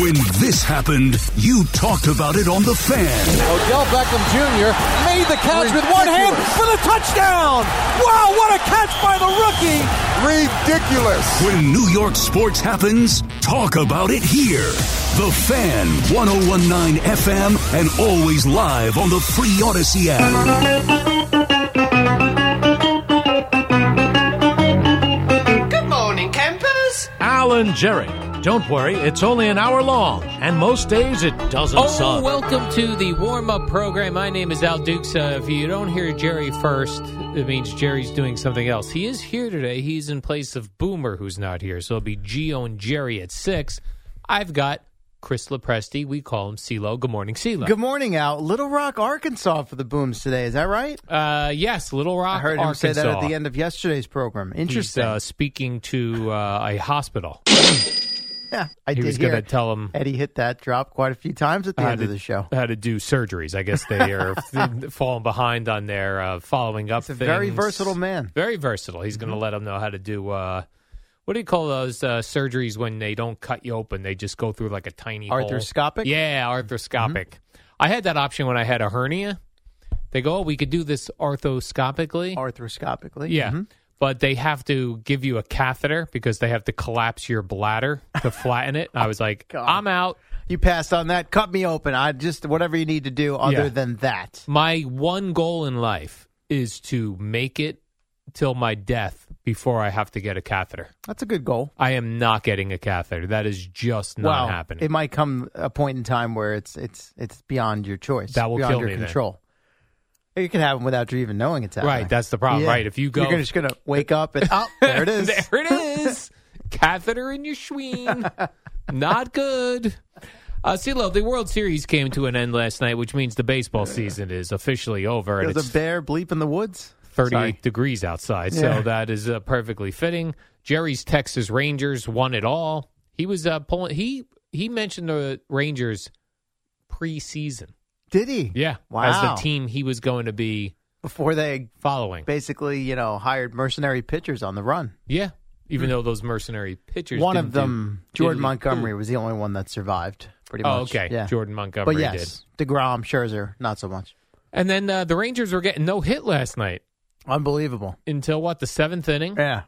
Speaker 5: When this happened, you talked about it on The Fan.
Speaker 6: Odell Beckham Jr. made the catch with one hand for the touchdown. Wow, what a catch by the rookie. Ridiculous.
Speaker 5: When New York sports happens, talk about it here. The Fan, 1019 FM, and always live on the free Odyssey app.
Speaker 7: Alan Jerry. Don't worry, it's only an hour long, and most days it doesn't
Speaker 2: Oh,
Speaker 7: suck.
Speaker 2: welcome to the warm up program. My name is Al Dukes. Uh, if you don't hear Jerry first, it means Jerry's doing something else. He is here today. He's in place of Boomer, who's not here. So it'll be Gio and Jerry at six. I've got Chris Lepresti. We call him CeeLo. Good morning, CeeLo.
Speaker 1: Good morning, Al. Little Rock, Arkansas for the Booms today. Is that right?
Speaker 2: uh, yes, Little Rock.
Speaker 1: I heard him
Speaker 2: Arkansas.
Speaker 1: say that at the end of yesterday's program.
Speaker 2: He's
Speaker 1: Interesting.
Speaker 2: uh, speaking to uh, a hospital.
Speaker 1: yeah, I
Speaker 2: he
Speaker 1: did
Speaker 2: was
Speaker 1: hear
Speaker 2: gonna tell him-
Speaker 1: Eddie hit that drop quite a few times at the
Speaker 2: how
Speaker 1: end
Speaker 2: to,
Speaker 1: of the show.
Speaker 2: How to do surgeries. I guess they are th- falling behind on their uh, following up.
Speaker 1: He's a very
Speaker 2: things.
Speaker 1: versatile man. Mm-hmm.
Speaker 2: Very versatile. He's going to let them know how to do uh, what do you call those uh, surgeries when they don't cut you open? They just go through like a tiny hole?
Speaker 8: Arthroscopic?
Speaker 2: Yeah, arthroscopic.
Speaker 1: Mm-hmm.
Speaker 2: I had that option when I had a hernia. They go, oh, we could do this arthroscopically.
Speaker 8: Arthroscopically,
Speaker 2: yeah.
Speaker 1: Mm-hmm.
Speaker 2: But they have to give you a catheter because they have to collapse your bladder to flatten it. I was like, I'm out.
Speaker 8: You passed on that. Cut me open. I just whatever you need to do other
Speaker 2: Yeah.
Speaker 8: than that.
Speaker 2: My one goal in life is to make it till my death before I have to get a catheter.
Speaker 8: That's a good goal.
Speaker 2: I am not getting a catheter. That is just not
Speaker 8: well,
Speaker 2: happening.
Speaker 8: It might come a point in time where it's it's it's beyond your choice.
Speaker 2: That will
Speaker 8: beyond
Speaker 2: kill
Speaker 8: your
Speaker 2: me then.
Speaker 8: control. You can have them without you even knowing it's happening.
Speaker 2: Right, that's the problem.
Speaker 8: Yeah.
Speaker 2: Right, if you go-
Speaker 8: you're just gonna wake up and oh, there it is.
Speaker 2: there it is. Catheter in your schween. Not good. Uh, CeeLo, the World Series came to an end last night, which means the baseball season is officially over. And
Speaker 8: There's a
Speaker 2: it's
Speaker 8: bear bleep in the woods.
Speaker 2: 38
Speaker 8: Sorry.
Speaker 2: degrees outside,
Speaker 8: Yeah.
Speaker 2: so that is uh, perfectly fitting. Jerry's Texas Rangers won it all. He was uh, pulling. He he mentioned the Rangers preseason.
Speaker 8: Did he?
Speaker 2: Yeah, as
Speaker 8: Wow.
Speaker 2: the team he was going to be
Speaker 8: Before they
Speaker 2: following.
Speaker 8: basically, you know, hired mercenary pitchers on the run.
Speaker 2: Yeah, even though those mercenary pitchers.
Speaker 8: Hmm. one
Speaker 2: didn't
Speaker 8: of
Speaker 2: do-
Speaker 8: them, Jordan
Speaker 2: did-
Speaker 8: Montgomery, was the only one that survived. Pretty
Speaker 2: Oh,
Speaker 8: much.
Speaker 2: okay.
Speaker 8: Yeah.
Speaker 2: Jordan Montgomery
Speaker 8: But yes, Degrom, Scherzer, not so much.
Speaker 2: And then uh, the Rangers were getting no hit last night
Speaker 8: Unbelievable.
Speaker 2: until what the seventh inning.
Speaker 8: Yeah,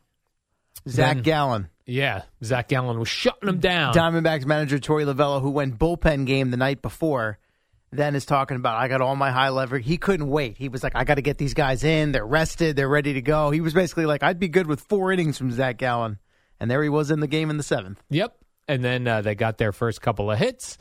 Speaker 8: Zach
Speaker 2: Then-
Speaker 8: Gallen.
Speaker 2: yeah. Zach Gallen was shutting them down.
Speaker 8: Diamondbacks manager Tori Lavello, who went bullpen game the night before, then is talking about I got all my high leverage. He couldn't wait. He was like, I got to get these guys in. They're rested. They're ready to go. He was basically like, I'd be good with four innings from Zach Gallen, and there he was in the game in the seventh.
Speaker 2: Yep. And then uh, they got their first couple of hits.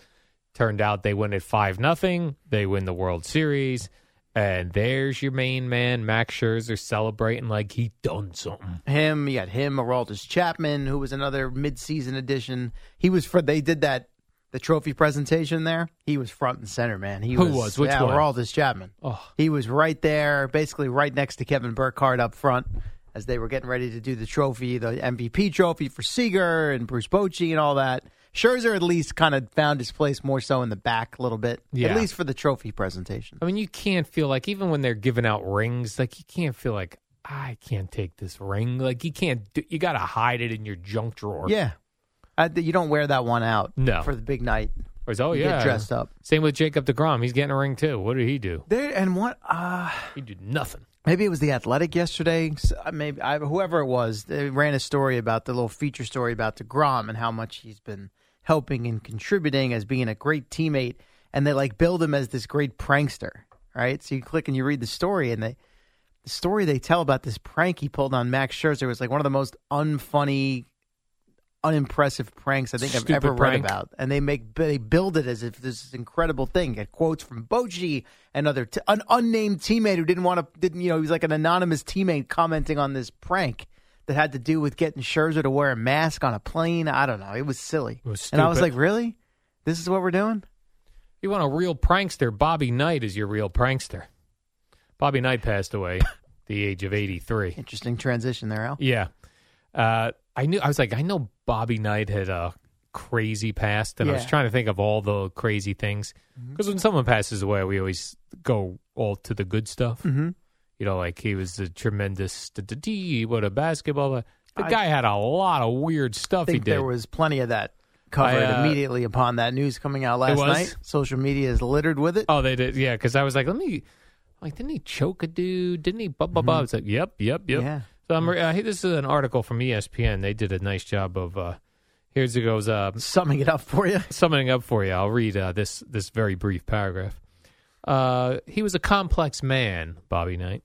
Speaker 2: Turned out they win it five nothing. They win the World Series. And there's your main man, Max Scherzer, celebrating like he done something.
Speaker 8: Him, you got him, Araldis Chapman, who was another midseason addition. He was for they did that the trophy presentation there. He was front and center, man. He
Speaker 2: Who
Speaker 8: was,
Speaker 2: was? Which
Speaker 8: yeah,
Speaker 2: one?
Speaker 8: Araldis Chapman.
Speaker 2: Oh.
Speaker 8: He was right there, basically right next to Kevin Burkhardt up front as they were getting ready to do the trophy, the MVP trophy for Seager and Bruce Bochy and all that. Scherzer at least kind of found his place more so in the back a little bit,
Speaker 2: Yeah.
Speaker 8: at least for the trophy presentation.
Speaker 2: I mean, you can't feel like even when they're giving out rings, like you can't feel like I can't take this ring. Like you can't. Do, you got to hide it in your junk drawer.
Speaker 8: Yeah. I, you don't wear that one out
Speaker 2: No.
Speaker 8: for the big night.
Speaker 2: Or it's, oh
Speaker 8: You get
Speaker 2: yeah,
Speaker 8: dressed up.
Speaker 2: Same with Jacob Degrom. He's getting a ring too. What did he do?
Speaker 8: There and what uh
Speaker 2: He did nothing.
Speaker 8: maybe it was the athletic yesterday s- uh, maybe I, whoever it was they ran a story about the little feature story about DeGrom and how much he's been helping and contributing as being a great teammate and they like build him as this great prankster right so you click and you read the story and they the story they tell about this prank he pulled on Max Scherzer was like one of the most unfunny unimpressive pranks I think
Speaker 2: Stupid
Speaker 8: I've ever
Speaker 2: prank.
Speaker 8: read about. And they make they build it as if this is an incredible thing. Get quotes from Bochy and other t- an unnamed teammate who didn't want to didn't you know he was like an anonymous teammate commenting on this prank that had to do with getting Scherzer to wear a mask on a plane. I don't know. It was silly.
Speaker 2: It was
Speaker 8: and I was
Speaker 2: stupid.
Speaker 8: like, really? This is what we're doing?
Speaker 2: You want a real prankster? Bobby Knight is your real prankster. Bobby Knight passed away at the age of eighty three.
Speaker 8: Interesting transition there, Al.
Speaker 2: Yeah, uh, I knew. I was like, I know Bobby Knight had a crazy past, and I was
Speaker 8: Yeah. Mm-hmm.
Speaker 2: trying to think of all the crazy things because when someone passes away, we always go all to the good stuff.
Speaker 8: Mm-hmm.
Speaker 2: You know, like he was a tremendous. What a basketball! The
Speaker 8: I-
Speaker 2: guy had a lot of weird
Speaker 8: I
Speaker 2: stuff he
Speaker 8: think
Speaker 2: did.
Speaker 8: there was plenty of that covered
Speaker 2: I, uh,
Speaker 8: immediately upon that news coming out last
Speaker 2: was?
Speaker 8: night. Social media is littered with it.
Speaker 2: Oh, they did. Yeah, because I was like, let me. Like, didn't he choke a dude? Didn't he? Blah blah blah. It's like, yep, yep, yep.
Speaker 8: Yeah.
Speaker 2: So I'm. re- Uh, hey, this is an article from E ESPN. They did a nice job of. uh Here's it goes. Uh,
Speaker 8: Summing it up for you.
Speaker 2: summing up for you. I'll read uh, this this very brief paragraph. Uh, he was a complex man, Bobby Knight,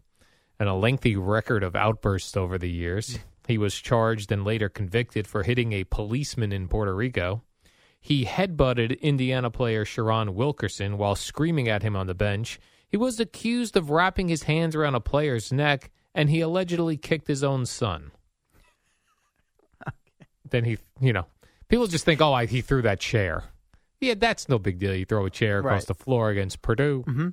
Speaker 2: and a lengthy record of outbursts over the years. He was charged and later convicted for hitting a policeman in Puerto Rico. He headbutted Indiana player Sharon Wilkerson while screaming at him on the bench. He was accused of wrapping his hands around a player's neck, and he allegedly kicked his own son. Then he, you know, people just think, oh, I, he threw that chair. Yeah, that's no big deal. You throw a chair across
Speaker 8: Right.
Speaker 2: the floor against Purdue.
Speaker 8: Mm-hmm.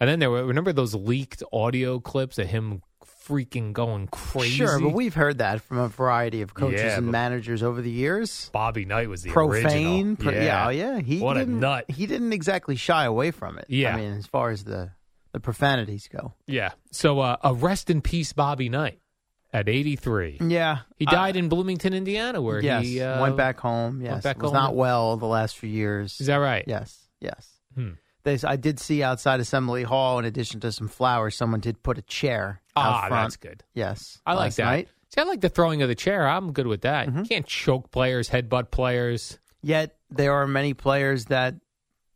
Speaker 2: And then there were, remember those leaked audio clips of him freaking going crazy?
Speaker 8: Sure, but we've heard that from a variety of coaches
Speaker 2: Yeah,
Speaker 8: and
Speaker 2: but-
Speaker 8: managers over the years.
Speaker 2: Bobby Knight was the
Speaker 8: Profane,
Speaker 2: original.
Speaker 8: pro- yeah, oh, yeah. He
Speaker 2: what
Speaker 8: didn't,
Speaker 2: a nut.
Speaker 8: He didn't exactly shy away from it.
Speaker 2: Yeah.
Speaker 8: I mean, as far as the the profanities go,
Speaker 2: Yeah. So uh, a rest in peace, Bobby Knight. at 83.
Speaker 8: Yeah.
Speaker 2: He
Speaker 8: I-
Speaker 2: died in Bloomington, Indiana, where
Speaker 8: yes,
Speaker 2: he uh,
Speaker 8: went back home.
Speaker 2: went
Speaker 8: Yes,
Speaker 2: back
Speaker 8: was
Speaker 2: home.
Speaker 8: not well the last few years. Is
Speaker 2: that right?
Speaker 8: Yes, yes.
Speaker 2: Hmm.
Speaker 8: They, I did see outside Assembly Hall, in addition to some flowers, someone did put a chair.
Speaker 2: Ah,
Speaker 8: out front.
Speaker 2: that's good.
Speaker 8: Yes,
Speaker 2: I like
Speaker 8: last
Speaker 2: that.
Speaker 8: night.
Speaker 2: See,
Speaker 8: Mm-hmm.
Speaker 2: I like the throwing of the chair. I'm good with that. You can't choke players, headbutt players.
Speaker 8: Yet there are many players that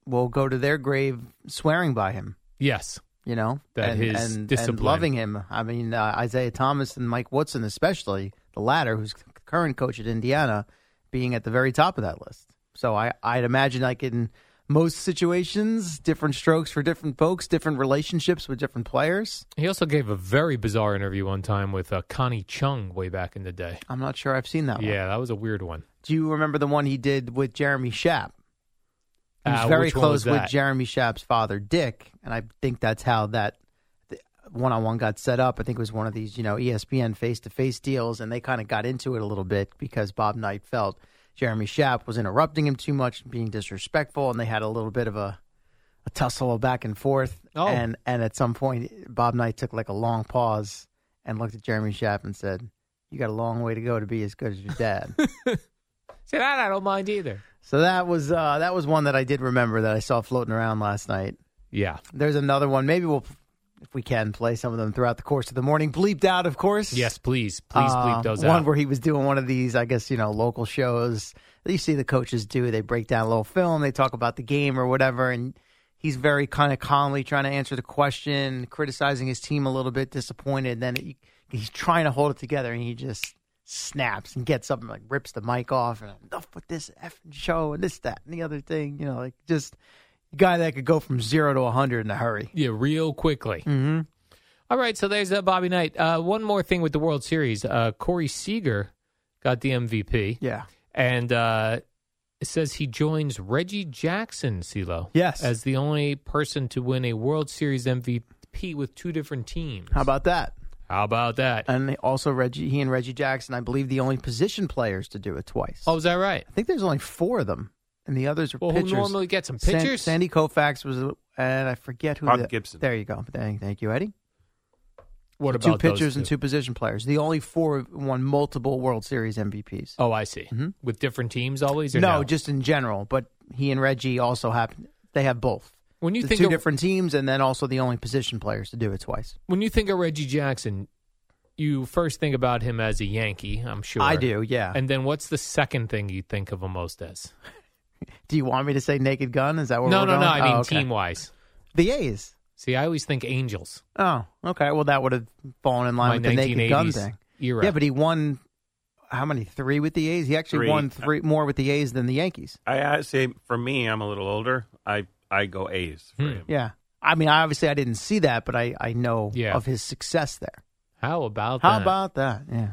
Speaker 8: will go to their grave swearing by him.
Speaker 2: Yes.
Speaker 8: You know
Speaker 2: That
Speaker 8: and,
Speaker 2: his
Speaker 8: and, and
Speaker 2: discipline.
Speaker 8: loving him. I mean uh, Isaiah Thomas and Mike Woodson, especially the latter, who's c- current coach at Indiana, being at the very top of that list. So I, I'd imagine like in most situations, different strokes for different folks, different relationships with different players.
Speaker 2: He also gave a very bizarre interview one time with uh, Connie Chung way back in the day.
Speaker 8: I'm not sure I've seen that one.
Speaker 2: Yeah, that was a weird one.
Speaker 8: Do you remember the one he did with Jeremy Schapp? He was
Speaker 2: Uh,
Speaker 8: very
Speaker 2: which one was
Speaker 8: close with
Speaker 2: that?
Speaker 8: Jeremy Schapp's father, Dick, and I think that's how that one on one got set up. I think it was one of these, you know, E ESPN face to face deals, and they kind of got into it a little bit because Bob Knight felt Jeremy Schapp was interrupting him too much, being disrespectful, and they had a little bit of a a tussle back and forth.
Speaker 2: Oh.
Speaker 8: And and at some point, Bob Knight took like a long pause and looked at Jeremy Schapp and said, "You got a long way to go to be as good as your dad."
Speaker 2: See, that I don't mind either.
Speaker 8: So that was uh, that was one that I did remember that I saw floating around last night.
Speaker 2: Yeah.
Speaker 8: There's another one. Maybe we'll, if we can, play some of them throughout the course of the morning. Bleeped out, of course.
Speaker 2: Yes, please. Please
Speaker 8: Uh,
Speaker 2: bleep those
Speaker 8: One
Speaker 2: out.
Speaker 8: where he was doing one of these, I guess you know, local shows. that You see the coaches do. They break down a little film. They talk about the game or whatever, and he's very kind of calmly trying to answer the question, criticizing his team a little bit, disappointed. And then he, he's trying to hold it together, and he just snaps and gets up and like rips the mic off and enough with this effing show and this that and the other thing. You know, like just a guy that could go from zero to hundred in a hurry.
Speaker 2: Yeah, real quickly.
Speaker 8: Mm-hmm.
Speaker 2: All right, so there's uh, Bobby Knight. Uh, one more thing with the World Series. Uh, Corey Seager got the MVP.
Speaker 8: Yeah.
Speaker 2: And uh, it says he joins Reggie Jackson, CeeLo.
Speaker 8: Yes.
Speaker 2: As the only person to win a World Series MVP with two different teams.
Speaker 8: How about that?
Speaker 2: How about that?
Speaker 8: And also Reggie, he and Reggie Jackson, I believe, the only position players to do it twice.
Speaker 2: Oh, is that right?
Speaker 8: I think there's only four of them, and the others are
Speaker 2: Well, who
Speaker 8: pitchers.
Speaker 2: normally gets them?
Speaker 8: San-
Speaker 2: Pitchers?
Speaker 8: Sandy Koufax was, and I forget who.
Speaker 2: Bob
Speaker 8: the-
Speaker 2: Gibson.
Speaker 8: There you go. Thank, thank you, Eddie.
Speaker 2: What
Speaker 8: two
Speaker 2: about those
Speaker 8: pitchers and
Speaker 2: two?
Speaker 8: two position players? The only four who won multiple World Series MVPs.
Speaker 2: Oh, I see. With different teams always? Or
Speaker 8: Mm-hmm. no,
Speaker 2: no,
Speaker 8: just in general. But he and Reggie also happen. They have both.
Speaker 2: When you
Speaker 8: the
Speaker 2: think
Speaker 8: two
Speaker 2: of-
Speaker 8: different teams, and then also the only position players to do it twice.
Speaker 2: When you think of Reggie Jackson, you first think about him as a Yankee, I'm sure.
Speaker 8: I do, yeah.
Speaker 2: And then what's the second thing you think of him most as?
Speaker 8: Do you want me to say Naked Gun? Is that where
Speaker 2: no,
Speaker 8: we're
Speaker 2: no,
Speaker 8: going?
Speaker 2: no. I mean,
Speaker 8: Oh, okay.
Speaker 2: team wise.
Speaker 8: The A's.
Speaker 2: See, I always think Angels.
Speaker 8: Oh, okay. Well, that would have fallen in line
Speaker 2: My
Speaker 8: with the Naked Gun
Speaker 2: 1980s
Speaker 8: thing.
Speaker 2: era.
Speaker 8: Yeah, but he won how many? Three with the A's. He actually
Speaker 9: Three.
Speaker 8: won three more with the A's than the Yankees.
Speaker 9: I, I say for me, I'm a little older. I I go A's.
Speaker 2: Hmm.
Speaker 9: For him.
Speaker 8: Yeah. I mean, I obviously I didn't see that, but I I know
Speaker 2: Yeah.
Speaker 8: of his success there.
Speaker 2: How about
Speaker 8: How
Speaker 2: that?
Speaker 8: about that? Yeah.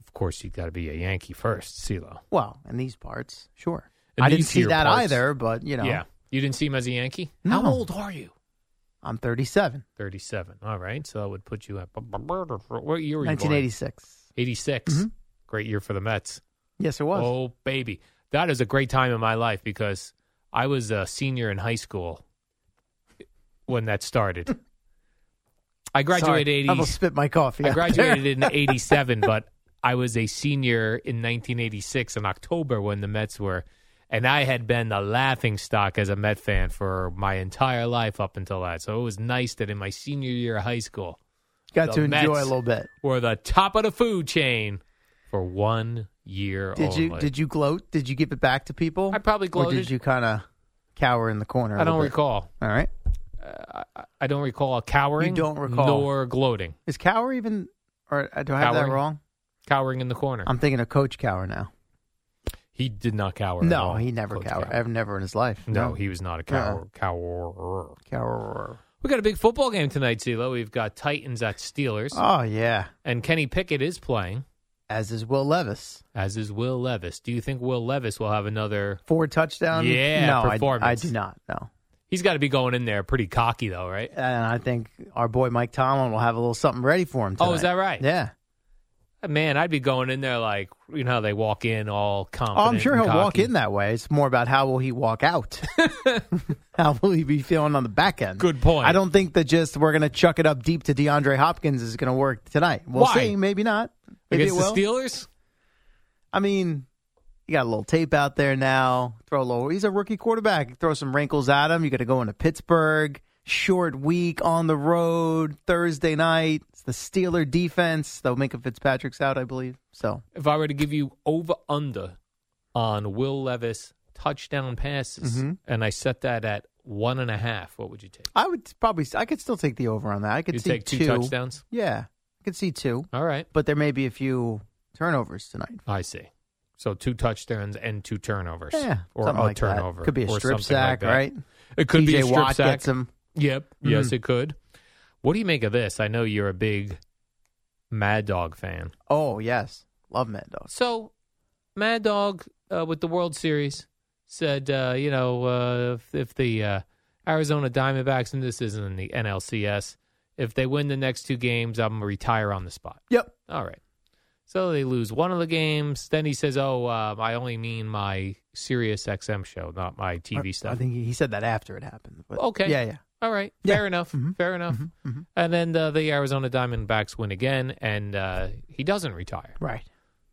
Speaker 2: Of course, you've got to be a Yankee first, CeeLo.
Speaker 8: Well, in these parts, sure.
Speaker 2: In
Speaker 8: I didn't
Speaker 2: these
Speaker 8: see
Speaker 2: here
Speaker 8: that
Speaker 2: parts.
Speaker 8: either, but you know,
Speaker 2: Yeah. You didn't see him as a Yankee?
Speaker 8: No.
Speaker 2: How old are you?
Speaker 8: I'm 37,
Speaker 2: 37. All right. So that would put you at. What year were you born?
Speaker 8: 1986.
Speaker 2: 86.
Speaker 8: Mm-hmm.
Speaker 2: Great year for the Mets.
Speaker 8: Yes, it was.
Speaker 2: Oh, baby. That is a great time in my life because I was a senior in high school when that started. I graduated
Speaker 8: Sorry,
Speaker 2: 80.
Speaker 8: I almost spit my coffee.
Speaker 2: I
Speaker 8: out
Speaker 2: graduated in
Speaker 8: there.
Speaker 2: 87, but I was a senior in 1986 in October when the Mets were. And I had been the laughing stock as a Met fan for my entire life up until that. So it was nice that in my senior year of high school,
Speaker 8: Got
Speaker 2: the
Speaker 8: to enjoy
Speaker 2: Mets
Speaker 8: a little bit.
Speaker 2: were the top of the food chain for one year
Speaker 8: Did you
Speaker 2: only.
Speaker 8: did you gloat? Did you give it back to people? I
Speaker 2: probably
Speaker 8: Or
Speaker 2: gloated.
Speaker 8: did you kind of cower in the corner? I
Speaker 2: I don't recall.
Speaker 8: All right.
Speaker 2: I don't recall cowering.
Speaker 8: You don't recall.
Speaker 2: Nor gloating.
Speaker 8: Is Cower even, or uh, do I have
Speaker 2: Cowering?
Speaker 8: that wrong?
Speaker 2: Cowering in the corner.
Speaker 8: I'm thinking of Coach Cower now.
Speaker 2: he did not cower. at
Speaker 8: no,
Speaker 2: all.
Speaker 8: he never
Speaker 2: Coach
Speaker 8: cowered.
Speaker 2: Cowher.
Speaker 8: I've never in his life.
Speaker 2: No, he was not a cower.
Speaker 8: Uh-uh.
Speaker 2: Cower.
Speaker 8: Cower.
Speaker 2: We got a big football game tonight, CeeLo. We've got Titans at Steelers.
Speaker 8: Oh yeah,
Speaker 2: And Kenny Pickett is playing,
Speaker 8: as is Will Levis.
Speaker 2: as is Will Levis. Do you think Will Levis will have another?
Speaker 8: Four touchdowns.
Speaker 2: Yeah,
Speaker 8: no, I- I,
Speaker 2: performance.
Speaker 8: do not. No,
Speaker 2: He's got to be going in there pretty cocky, though, right?
Speaker 8: and I think our boy Mike Tomlin will have a little something ready for him. Tonight.
Speaker 2: Oh, is that right?
Speaker 8: Yeah,
Speaker 2: man, I'd be going in there like you know how they walk in all confident.
Speaker 8: Oh, I'm sure
Speaker 2: and
Speaker 8: he'll walk
Speaker 2: cocky.
Speaker 8: in that way. It's more about how will he walk out. how will he be feeling on the back end? Good
Speaker 2: point.
Speaker 8: I don't think that just we're going to chuck it up deep to DeAndre Hopkins is going to work tonight. We'll
Speaker 2: Why?
Speaker 8: see. Maybe not. Maybe
Speaker 2: against
Speaker 8: it
Speaker 2: the
Speaker 8: will.
Speaker 2: Steelers.
Speaker 8: I mean, you got a little tape out there now. Throw a little. He's a rookie quarterback. Throw some wrinkles at him. You got to go into Pittsburgh. Short week on the road. Thursday night. It's the Steeler defense. They'll make a Fitzpatrick's out, I believe. So
Speaker 2: If I were to give you over under on Will Levis touchdown passes,
Speaker 8: Mhm.
Speaker 2: and I set that at one and a half, what would you take?
Speaker 8: I would probably. I could still take the over on that. I could
Speaker 2: You'd
Speaker 8: see
Speaker 2: take two touchdowns?
Speaker 8: Yeah, I could see two.
Speaker 2: All right,
Speaker 8: but there may be a few turnovers tonight.
Speaker 2: I see. So two touchdowns and two turnovers,
Speaker 8: Yeah,
Speaker 2: or a
Speaker 8: something like that.
Speaker 2: turnover.
Speaker 8: Could be a
Speaker 2: or
Speaker 8: strip
Speaker 2: something like
Speaker 8: sack,
Speaker 2: that.
Speaker 8: right?
Speaker 2: It could be
Speaker 8: TJ
Speaker 2: a strip
Speaker 8: Watt
Speaker 2: sack.
Speaker 8: gets 'em.
Speaker 2: Yep. Yes,
Speaker 8: Mhm.
Speaker 2: it could. What do you make of this? I know you're a big Mad Dog fan.
Speaker 8: Oh yes, love Mad Dog.
Speaker 2: So, Mad Dog uh, with the World Series said, uh, you know, uh, if, if the uh, Arizona Diamondbacks, and this isn't in the NLCS, if they win the next two games, I'm going to retire on the spot.
Speaker 8: Yep.
Speaker 2: All right. So they lose one of the games. Then he says, oh, uh, I only mean my Sirius XM show, not my TV stuff.
Speaker 8: I think he he said that after it happened. But
Speaker 2: Okay.
Speaker 8: Yeah, yeah. Mm-hmm.
Speaker 2: All right. Fair enough. Fair enough. And then uh, the Arizona Diamondbacks win again, and uh, he doesn't retire.
Speaker 8: Right.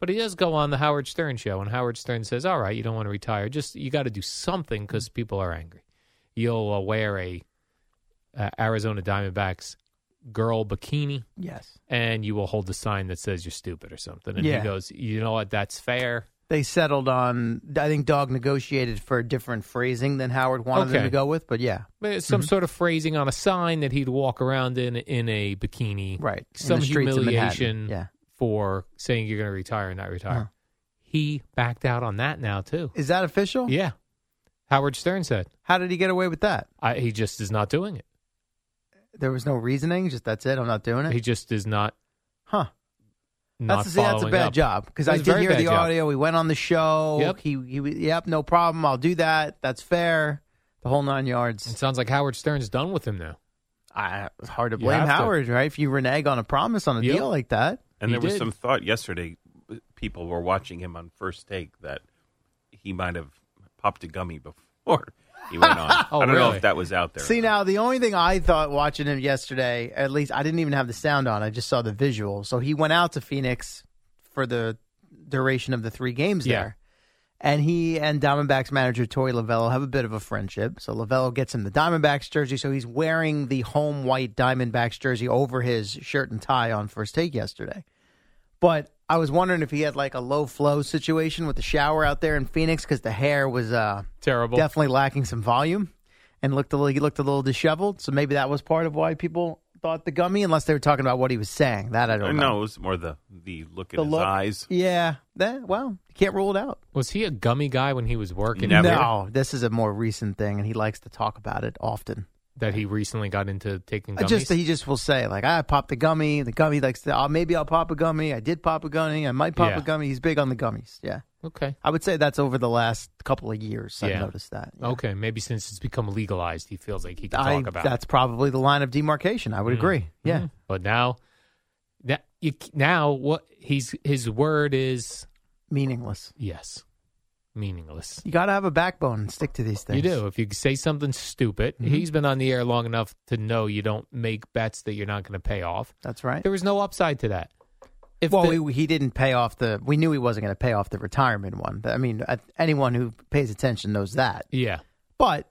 Speaker 2: But he does go on the Howard Stern show, and Howard Stern says, "All right, you don't want to retire. Just you got to do something because people are angry. You'll uh, wear a uh, Arizona Diamondbacks girl bikini,
Speaker 8: Yes.
Speaker 2: and you will hold a sign that says you're stupid or something." And
Speaker 8: Yeah.
Speaker 2: he goes, "You know what? That's fair."
Speaker 8: They settled on. I think Dog negotiated for a different phrasing than Howard wanted them
Speaker 2: Okay.
Speaker 8: to go with. But yeah,
Speaker 2: Uh,
Speaker 8: Mm-hmm.
Speaker 2: some sort of phrasing on a sign that he'd walk around in in a bikini. Right.
Speaker 8: the
Speaker 2: Some
Speaker 8: streets of Manhattan.
Speaker 2: humiliation
Speaker 8: Yeah. Uh-huh.
Speaker 2: for saying you're going to retire and not retire. He backed out on that now too.
Speaker 8: Is that official?
Speaker 2: Yeah. Howard Stern said
Speaker 8: How did he get away with that?
Speaker 2: I, he just is not doing it.
Speaker 8: There was no reasoning. Just that's it. I'm not doing it.
Speaker 2: He just is not.
Speaker 8: Huh.
Speaker 2: Not
Speaker 8: that's, see, that's a
Speaker 2: following
Speaker 8: bad
Speaker 2: up.
Speaker 8: job because
Speaker 2: That's
Speaker 8: I
Speaker 2: a
Speaker 8: did
Speaker 2: very
Speaker 8: hear
Speaker 2: bad
Speaker 8: the
Speaker 2: job.
Speaker 8: audio. We went on the show.
Speaker 2: Yep.
Speaker 8: He, he, yep, no problem. I'll do that. That's fair. The whole nine yards. It
Speaker 2: sounds like Howard Stern's done with him now.
Speaker 8: I, it's hard to
Speaker 2: You
Speaker 8: blame
Speaker 2: have to.
Speaker 8: Howard, right? If you renege on a promise on a
Speaker 9: Yep.
Speaker 8: deal like that,
Speaker 9: And there was some thought yesterday. People were watching him on first take that he might have popped a gummy before he went on.
Speaker 8: Oh,
Speaker 9: I don't know
Speaker 8: really?
Speaker 9: if that was out there.
Speaker 8: See now, the only thing I thought watching him yesterday, at least I didn't even have the sound on. I just saw the visual. So he went out to Phoenix for the duration of the three games
Speaker 2: Yeah.
Speaker 8: there. And he and Diamondbacks manager Tori Lavello have a bit of a friendship. So Lavello gets him the Diamondbacks jersey. So he's wearing the home white Diamondbacks jersey over his shirt and tie on first take yesterday. But I was wondering if he had like a low flow situation with the shower out there in Phoenix because the hair was uh,
Speaker 2: terrible,
Speaker 8: definitely lacking some volume, and looked a little he looked a little disheveled. So maybe that was part of why people thought the gummy, unless they were talking about what he was saying. That I
Speaker 9: Uh, no,
Speaker 8: don't know.
Speaker 9: it was more the the look in
Speaker 8: The
Speaker 9: his
Speaker 8: look.
Speaker 9: eyes.
Speaker 8: Yeah, that well, you can't rule it out.
Speaker 2: Was he a gummy guy when he was working?
Speaker 8: No, this is a more recent thing, and he likes to talk about it often.
Speaker 2: That he recently got into taking
Speaker 8: I
Speaker 2: gummies.
Speaker 8: Just he just will say like, I popped a gummy. The gummy likes to. Oh, maybe I'll pop a gummy. I did pop a gummy. I might pop
Speaker 2: Yeah.
Speaker 8: a gummy. He's big on the gummies. Yeah.
Speaker 2: Okay.
Speaker 8: I would say that's over the last couple of years. I've noticed that.
Speaker 2: Okay, maybe since it's become legalized, he feels like he can
Speaker 8: I,
Speaker 2: talk about. it.
Speaker 8: that's probably the line of demarcation. I would
Speaker 2: Mm.
Speaker 8: agree. Yeah.
Speaker 2: Mhm. But now, that you c- now what he's his word is
Speaker 8: meaningless.
Speaker 2: Yes, meaningless.
Speaker 8: You got to have a backbone and stick to these things.
Speaker 2: You do if you say something stupid.
Speaker 8: Mhm.
Speaker 2: He's been on the air long enough to know you don't make bets that you're not going to pay off.
Speaker 8: That's right.
Speaker 2: There was no upside to that. If
Speaker 8: well,
Speaker 2: the-
Speaker 8: we, he didn't pay off the. We knew he wasn't going to pay off the retirement one. I mean, uh, anyone who pays attention knows that.
Speaker 2: yeah,
Speaker 8: But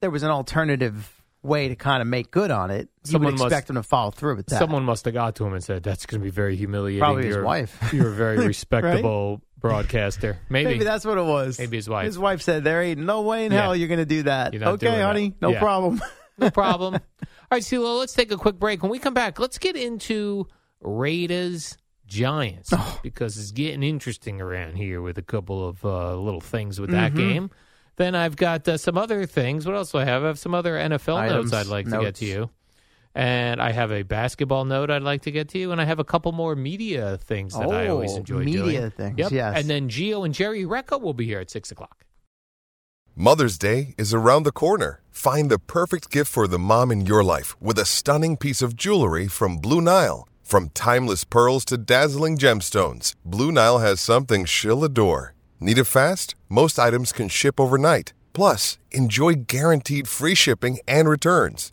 Speaker 8: there was an alternative way to kind of make good on it. You
Speaker 2: Someone
Speaker 8: would
Speaker 2: must-
Speaker 8: expect him to follow through with that.
Speaker 2: someone must have got to him and said that's going to be very humiliating.
Speaker 8: Probably his
Speaker 2: you're,
Speaker 8: wife.
Speaker 2: You're a very
Speaker 8: Right?
Speaker 2: respectable broadcaster. Maybe.
Speaker 8: that's what it was.
Speaker 2: Maybe his wife.
Speaker 8: His wife said, "There ain't no way in
Speaker 2: Yeah.
Speaker 8: hell you're going to do that."
Speaker 2: You're not doing
Speaker 8: Okay,
Speaker 2: that.
Speaker 8: honey, no
Speaker 2: Yeah.
Speaker 8: problem.
Speaker 2: no problem. All right, so well, let's take a quick break. When we come back, let's get into Raiders Giants
Speaker 8: Oh.
Speaker 2: because it's getting interesting around here with a couple of uh, little things with that
Speaker 8: Mhm.
Speaker 2: game. Then I've got uh, some other things. What else do I have? I have some other NFL
Speaker 8: Items,
Speaker 2: notes I'd like to get
Speaker 8: notes.
Speaker 2: to you. And I have a basketball note I'd like to get to you, and I have a couple more media things that I always
Speaker 8: Oh,
Speaker 2: enjoy doing.
Speaker 8: media things,
Speaker 2: Yep.
Speaker 8: yes.
Speaker 2: And then Gio and Jerry Recco will be here at six o'clock.
Speaker 10: Mother's Day is around the corner. Find the perfect gift for the mom in your life with a stunning piece of jewelry from Blue Nile. From timeless pearls to dazzling gemstones, Blue Nile has something she'll adore. Need it fast? Most items can ship overnight. Plus, enjoy guaranteed free shipping and returns.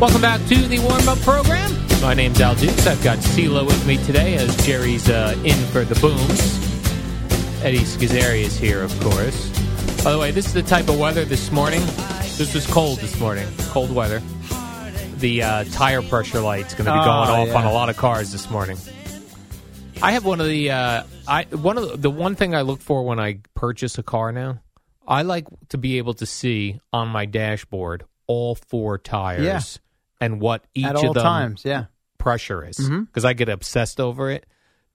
Speaker 2: Welcome back to the warm up program. My name's Al Dukes. I've got CeeLo with me today as Jerry's uh, in for the booms. Eddie Schizzeri is here, of course. By the way, this is the type of weather this morning. This was cold this morning, cold weather. The uh, tire pressure light's going to be
Speaker 7: Oh,
Speaker 2: going off on
Speaker 7: yeah.
Speaker 2: a lot of cars this morning. I have one of the uh, I one of the, the one thing I look for when I purchase a car now. I like to be able to see on my dashboard all four tires
Speaker 8: Yeah.
Speaker 2: and what each
Speaker 8: At
Speaker 2: of
Speaker 8: all
Speaker 2: them
Speaker 8: times, yeah.
Speaker 2: pressure is because
Speaker 8: Mhm.
Speaker 2: I get obsessed over it.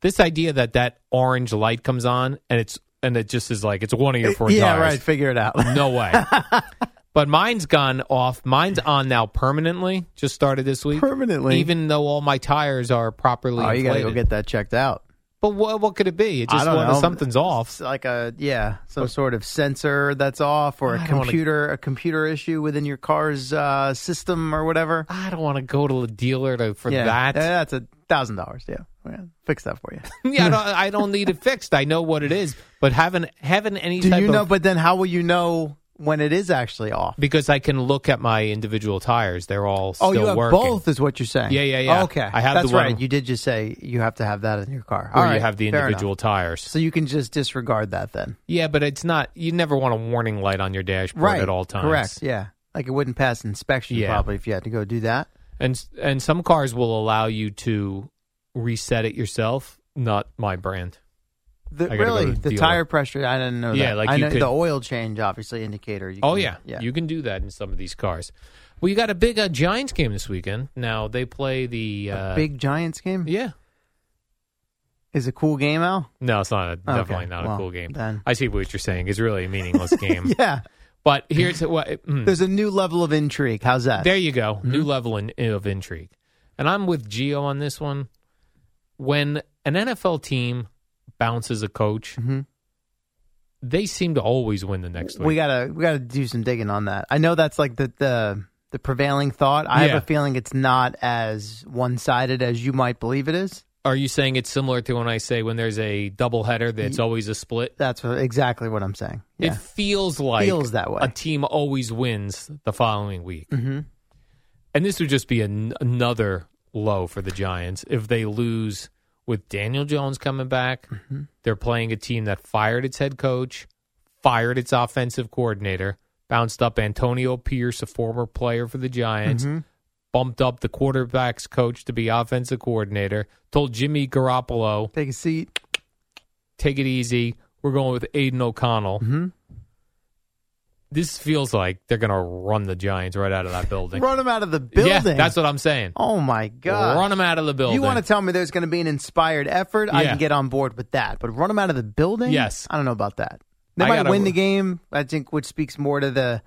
Speaker 2: This idea that that orange light comes on and it's and it just is like it's one of your four
Speaker 8: yeah,
Speaker 2: tires.
Speaker 8: right. Figure it out.
Speaker 2: No way. but mine's gone off. Mine's on now permanently. Just started this week.
Speaker 8: Permanently?
Speaker 2: even though all my tires are properly.
Speaker 8: Oh, you gotta go
Speaker 2: inflated.
Speaker 8: get that checked out.
Speaker 2: But what what could it be? It
Speaker 8: I
Speaker 2: just
Speaker 8: don't
Speaker 2: one
Speaker 8: know.
Speaker 2: something's off.
Speaker 8: It's like a Uh, yeah, some sort of sensor that's off, or a
Speaker 2: I don't wanna-
Speaker 8: computer, a computer issue within your car's uh, system or whatever.
Speaker 2: I don't want to go to the dealer to, for
Speaker 8: yeah,
Speaker 2: that.
Speaker 8: yeah, that's a thousand dollars. Yeah, yeah, fix that for you.
Speaker 2: yeah, I don't, I don't need it fixed. I know what it is, but having having any
Speaker 8: Do
Speaker 2: type
Speaker 8: you
Speaker 2: of
Speaker 8: know? But then, how will you know when it is actually off?
Speaker 2: because I can look at my individual tires. They're all
Speaker 8: Oh,
Speaker 2: still
Speaker 8: you have
Speaker 2: working.
Speaker 8: both, is what you're saying. Oh,
Speaker 2: Yeah, yeah, yeah.
Speaker 8: Okay,
Speaker 2: I have
Speaker 8: that's
Speaker 2: the one
Speaker 8: right. You did just say you have to have that in your car.
Speaker 2: where
Speaker 8: All
Speaker 2: you
Speaker 8: right,
Speaker 2: have the
Speaker 8: fair
Speaker 2: individual
Speaker 8: enough.
Speaker 2: tires.
Speaker 8: So you can just disregard that then.
Speaker 2: Yeah, but it's not. You never want a warning light on your dashboard
Speaker 8: Right.
Speaker 2: at all times.
Speaker 8: Correct. Yeah. Like it wouldn't pass inspection
Speaker 2: Yeah.
Speaker 8: probably if you had to go do that.
Speaker 2: And and some cars will allow you to reset it yourself. Not my brand.
Speaker 8: The,
Speaker 2: I gotta go
Speaker 8: really,
Speaker 2: to the
Speaker 8: the,
Speaker 2: dealer.
Speaker 8: tire pressure. I didn't know
Speaker 2: Yeah,
Speaker 8: that.
Speaker 2: like
Speaker 8: I
Speaker 2: you
Speaker 8: know
Speaker 2: could-
Speaker 8: the oil change, obviously, indicator. You
Speaker 2: oh
Speaker 8: can-
Speaker 2: yeah,
Speaker 8: yeah.
Speaker 2: you can do that in some of these cars. Well, you got a big uh, Giants game this weekend. Now they play the uh,
Speaker 8: Big Giants game
Speaker 2: Yeah,
Speaker 8: is a cool game, Al.
Speaker 2: No, it's not. A, definitely not
Speaker 8: well,
Speaker 2: a cool game.
Speaker 8: then.
Speaker 2: I see what you're saying. It's really a meaningless game.
Speaker 8: Yeah,
Speaker 2: But here's what. mm.
Speaker 8: there's a new level of intrigue. How's that?
Speaker 2: There you go. New
Speaker 8: Mm-hmm.
Speaker 2: level in, of intrigue. And I'm with Gio on this one. When an NFL team bounces a coach, they seem to always win the next week.
Speaker 8: Mm-hmm. we gotta we gotta do some digging on that. I know that's like the the, the prevailing thought. I
Speaker 2: Yeah.
Speaker 8: have a feeling it's not as one sided as you might believe it is.
Speaker 2: Are you saying it's similar to when I say when there's a doubleheader that's always a split?
Speaker 8: That's what, exactly what I'm saying.
Speaker 2: It
Speaker 8: Yeah,
Speaker 2: feels like
Speaker 8: Feels that way.
Speaker 2: a team always wins the following week.
Speaker 8: hmm
Speaker 2: And this would just be an, another low for the Giants if they lose with Daniel Jones coming back.
Speaker 8: Mm-hmm.
Speaker 2: They're playing a team that fired its head coach, fired its offensive coordinator, bounced up Antonio Pierce, a former player for the Giants,
Speaker 8: Mm-hmm.
Speaker 2: bumped up the quarterback's coach to be offensive coordinator, told Jimmy Garoppolo,
Speaker 8: take a seat,
Speaker 2: take it easy. We're going with Aiden O'Connell.
Speaker 8: Mhm.
Speaker 2: This feels like they're going to run the Giants right out of that building.
Speaker 8: run them out of the building.
Speaker 2: Yeah, that's what I'm saying.
Speaker 8: Oh my god!
Speaker 2: Run them out of the building.
Speaker 8: You want to tell me there's going to be an inspired effort? I
Speaker 2: Yeah.
Speaker 8: can get on board with that. But run them out of the building?
Speaker 2: Yes.
Speaker 8: I don't know about that. They
Speaker 2: I
Speaker 8: might
Speaker 2: gotta-
Speaker 8: win the game, I think, which speaks more to the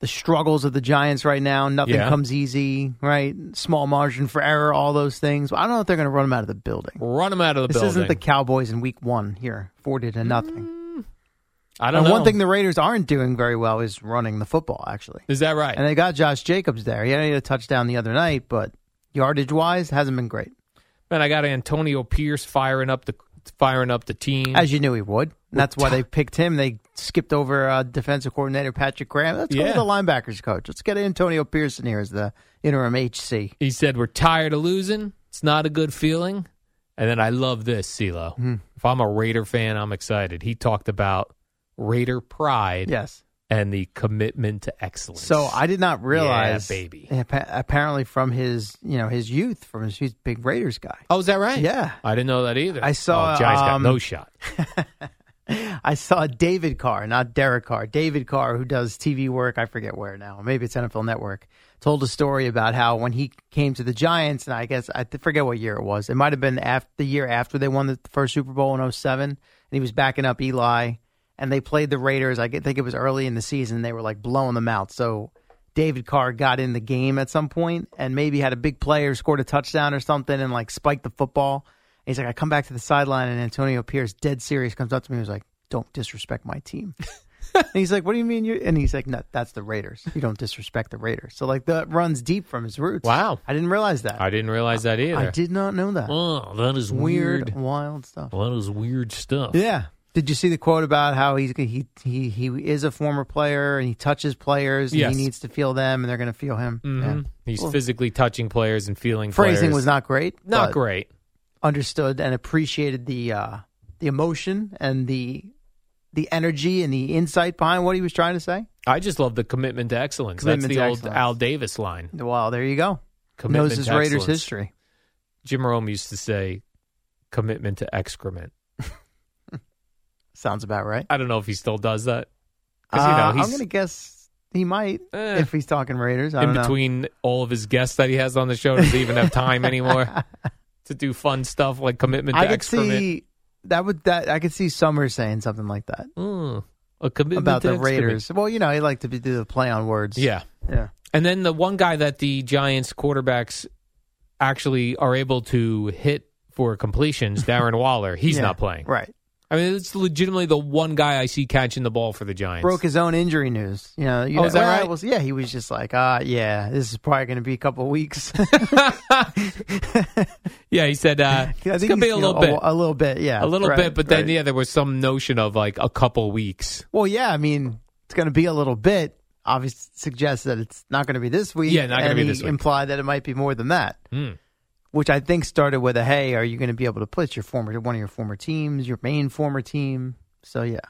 Speaker 8: the struggles of the Giants right now. Nothing
Speaker 2: Yeah.
Speaker 8: comes easy, right? Small margin for error, all those things. I don't know if they're going to run them out of the building.
Speaker 2: run them out of the
Speaker 8: this
Speaker 2: building.
Speaker 8: isn't the Cowboys in Week One here, forty to nothing.
Speaker 2: I don't
Speaker 8: and One
Speaker 2: know.
Speaker 8: thing the Raiders aren't doing very well is running the football. Actually,
Speaker 2: Is that right?
Speaker 8: and they got Josh Jacobs there. He only had a touchdown the other night, but yardage wise, hasn't been great.
Speaker 2: Man, I got Antonio Pierce firing up the firing up the team.
Speaker 8: As you knew he would. And that's why they picked him. They skipped over uh, defensive coordinator Patrick Graham. Let's go
Speaker 2: Yeah.
Speaker 8: to the linebackers coach. Let's get Antonio Pearson here as the interim HC.
Speaker 2: He said, "We're tired of losing. It's not a good feeling." And then I love this, CeeLo.
Speaker 8: Hmm.
Speaker 2: If I'm a Raider fan, I'm excited. He talked about Raider pride,
Speaker 8: Yes.
Speaker 2: and the commitment to excellence.
Speaker 8: So I did not realize,
Speaker 2: Yeah, baby.
Speaker 8: appa- apparently from his, you know, his youth, from his he's a big Raiders guy.
Speaker 2: Oh, is that right?
Speaker 8: Yeah,
Speaker 2: I didn't know that either.
Speaker 8: I saw,
Speaker 2: Oh, Jai's
Speaker 8: um,
Speaker 2: got no shot.
Speaker 8: I saw David Carr, not Derek Carr. David Carr, who does TV work, I forget where now. Maybe it's NFL Network. Told a story about how when he came to the Giants, and I guess I th- forget what year it was. It might have been after the year after they won the first Super Bowl in 07, and he was backing up Eli, and they played the Raiders. I g- think it was early in the season. and They were like blowing them out. So David Carr got in the game at some point and maybe had a big play or scored a touchdown or something and like spiked the football. And he's like, I come back to the sideline and Antonio Pierce, dead serious, comes up to me and was like, Don't disrespect my team. and he's like, What do you mean you and he's like, No, that's the Raiders. You don't disrespect the Raiders. So like that runs deep from his roots. Wow. I didn't realize that.
Speaker 2: I didn't realize that either.
Speaker 8: I did not know that.
Speaker 2: Oh, that is
Speaker 8: Weird,
Speaker 2: weird.
Speaker 8: wild stuff.
Speaker 2: Well, that is weird stuff.
Speaker 8: Yeah. Did you see the quote about how he's he he he is a former player and he touches players and
Speaker 2: Yes.
Speaker 8: he needs to feel them and they're going to feel him.
Speaker 2: Mhm.
Speaker 8: Yeah.
Speaker 2: He's
Speaker 8: Well,
Speaker 2: physically touching players and feeling
Speaker 8: phrasing
Speaker 2: players.
Speaker 8: was not great.
Speaker 2: Not
Speaker 8: but
Speaker 2: great.
Speaker 8: Understood and appreciated the uh, the emotion and the the energy and the insight behind what he was trying to say.
Speaker 2: I just love the commitment to excellence.
Speaker 8: Commitment
Speaker 2: That's
Speaker 8: to
Speaker 2: the old
Speaker 8: excellence.
Speaker 2: Al Davis line.
Speaker 8: Well, there you go.
Speaker 2: Commitment
Speaker 8: Knows his
Speaker 2: to
Speaker 8: Raiders
Speaker 2: excellence.
Speaker 8: history.
Speaker 2: Jim Rome used to say, "Commitment to excrement."
Speaker 8: Sounds about right.
Speaker 2: I don't know if he still does that. 'Cause, you know,
Speaker 8: Uh, I'm
Speaker 2: he's- Eh.
Speaker 8: going to guess he might if he's talking Raiders. I
Speaker 2: in
Speaker 8: don't know.
Speaker 2: between all of his guests that he has on the show doesn't even have time anymore to do fun stuff like commitment to
Speaker 8: I could
Speaker 2: excrement.
Speaker 8: see that would that I could see Summers saying something like that.
Speaker 2: Mm, a commitment
Speaker 8: about
Speaker 2: to
Speaker 8: the
Speaker 2: excrement.
Speaker 8: Raiders. Well, you know, he liked to be, do the play on words.
Speaker 2: Yeah.
Speaker 8: yeah.
Speaker 2: And then the one guy that the Giants quarterbacks actually are able to hit for completions, Darren Waller, he's
Speaker 8: Yeah,
Speaker 2: not playing.
Speaker 8: Right.
Speaker 2: I mean, it's legitimately the one guy I see catching the ball for the Giants.
Speaker 8: Broke his own injury news. You know, you
Speaker 2: Oh,
Speaker 8: know
Speaker 2: is that
Speaker 8: well,
Speaker 2: right?
Speaker 8: was- yeah, he was just like, ah, yeah, this is probably going to be a couple weeks.
Speaker 2: Yeah, he said uh,
Speaker 8: I
Speaker 2: it's
Speaker 8: think
Speaker 2: gonna be
Speaker 8: he's,
Speaker 2: a
Speaker 8: you know,
Speaker 2: little bit,
Speaker 8: A, little bit, yeah.
Speaker 2: a little
Speaker 8: right,
Speaker 2: bit, but then
Speaker 8: right.
Speaker 2: yeah, there was some notion of like a couple weeks.
Speaker 8: Well, yeah, I mean, it's going to be a little bit. Obviously, suggests that it's not going to be this week.
Speaker 2: Yeah, not gonna
Speaker 8: and
Speaker 2: be
Speaker 8: he
Speaker 2: this week.
Speaker 8: Implied that it might be more than that,
Speaker 2: Hmm.
Speaker 8: which I think started with a hey, are you going to be able to play It's your former one of your former teams, your main former team? So yeah,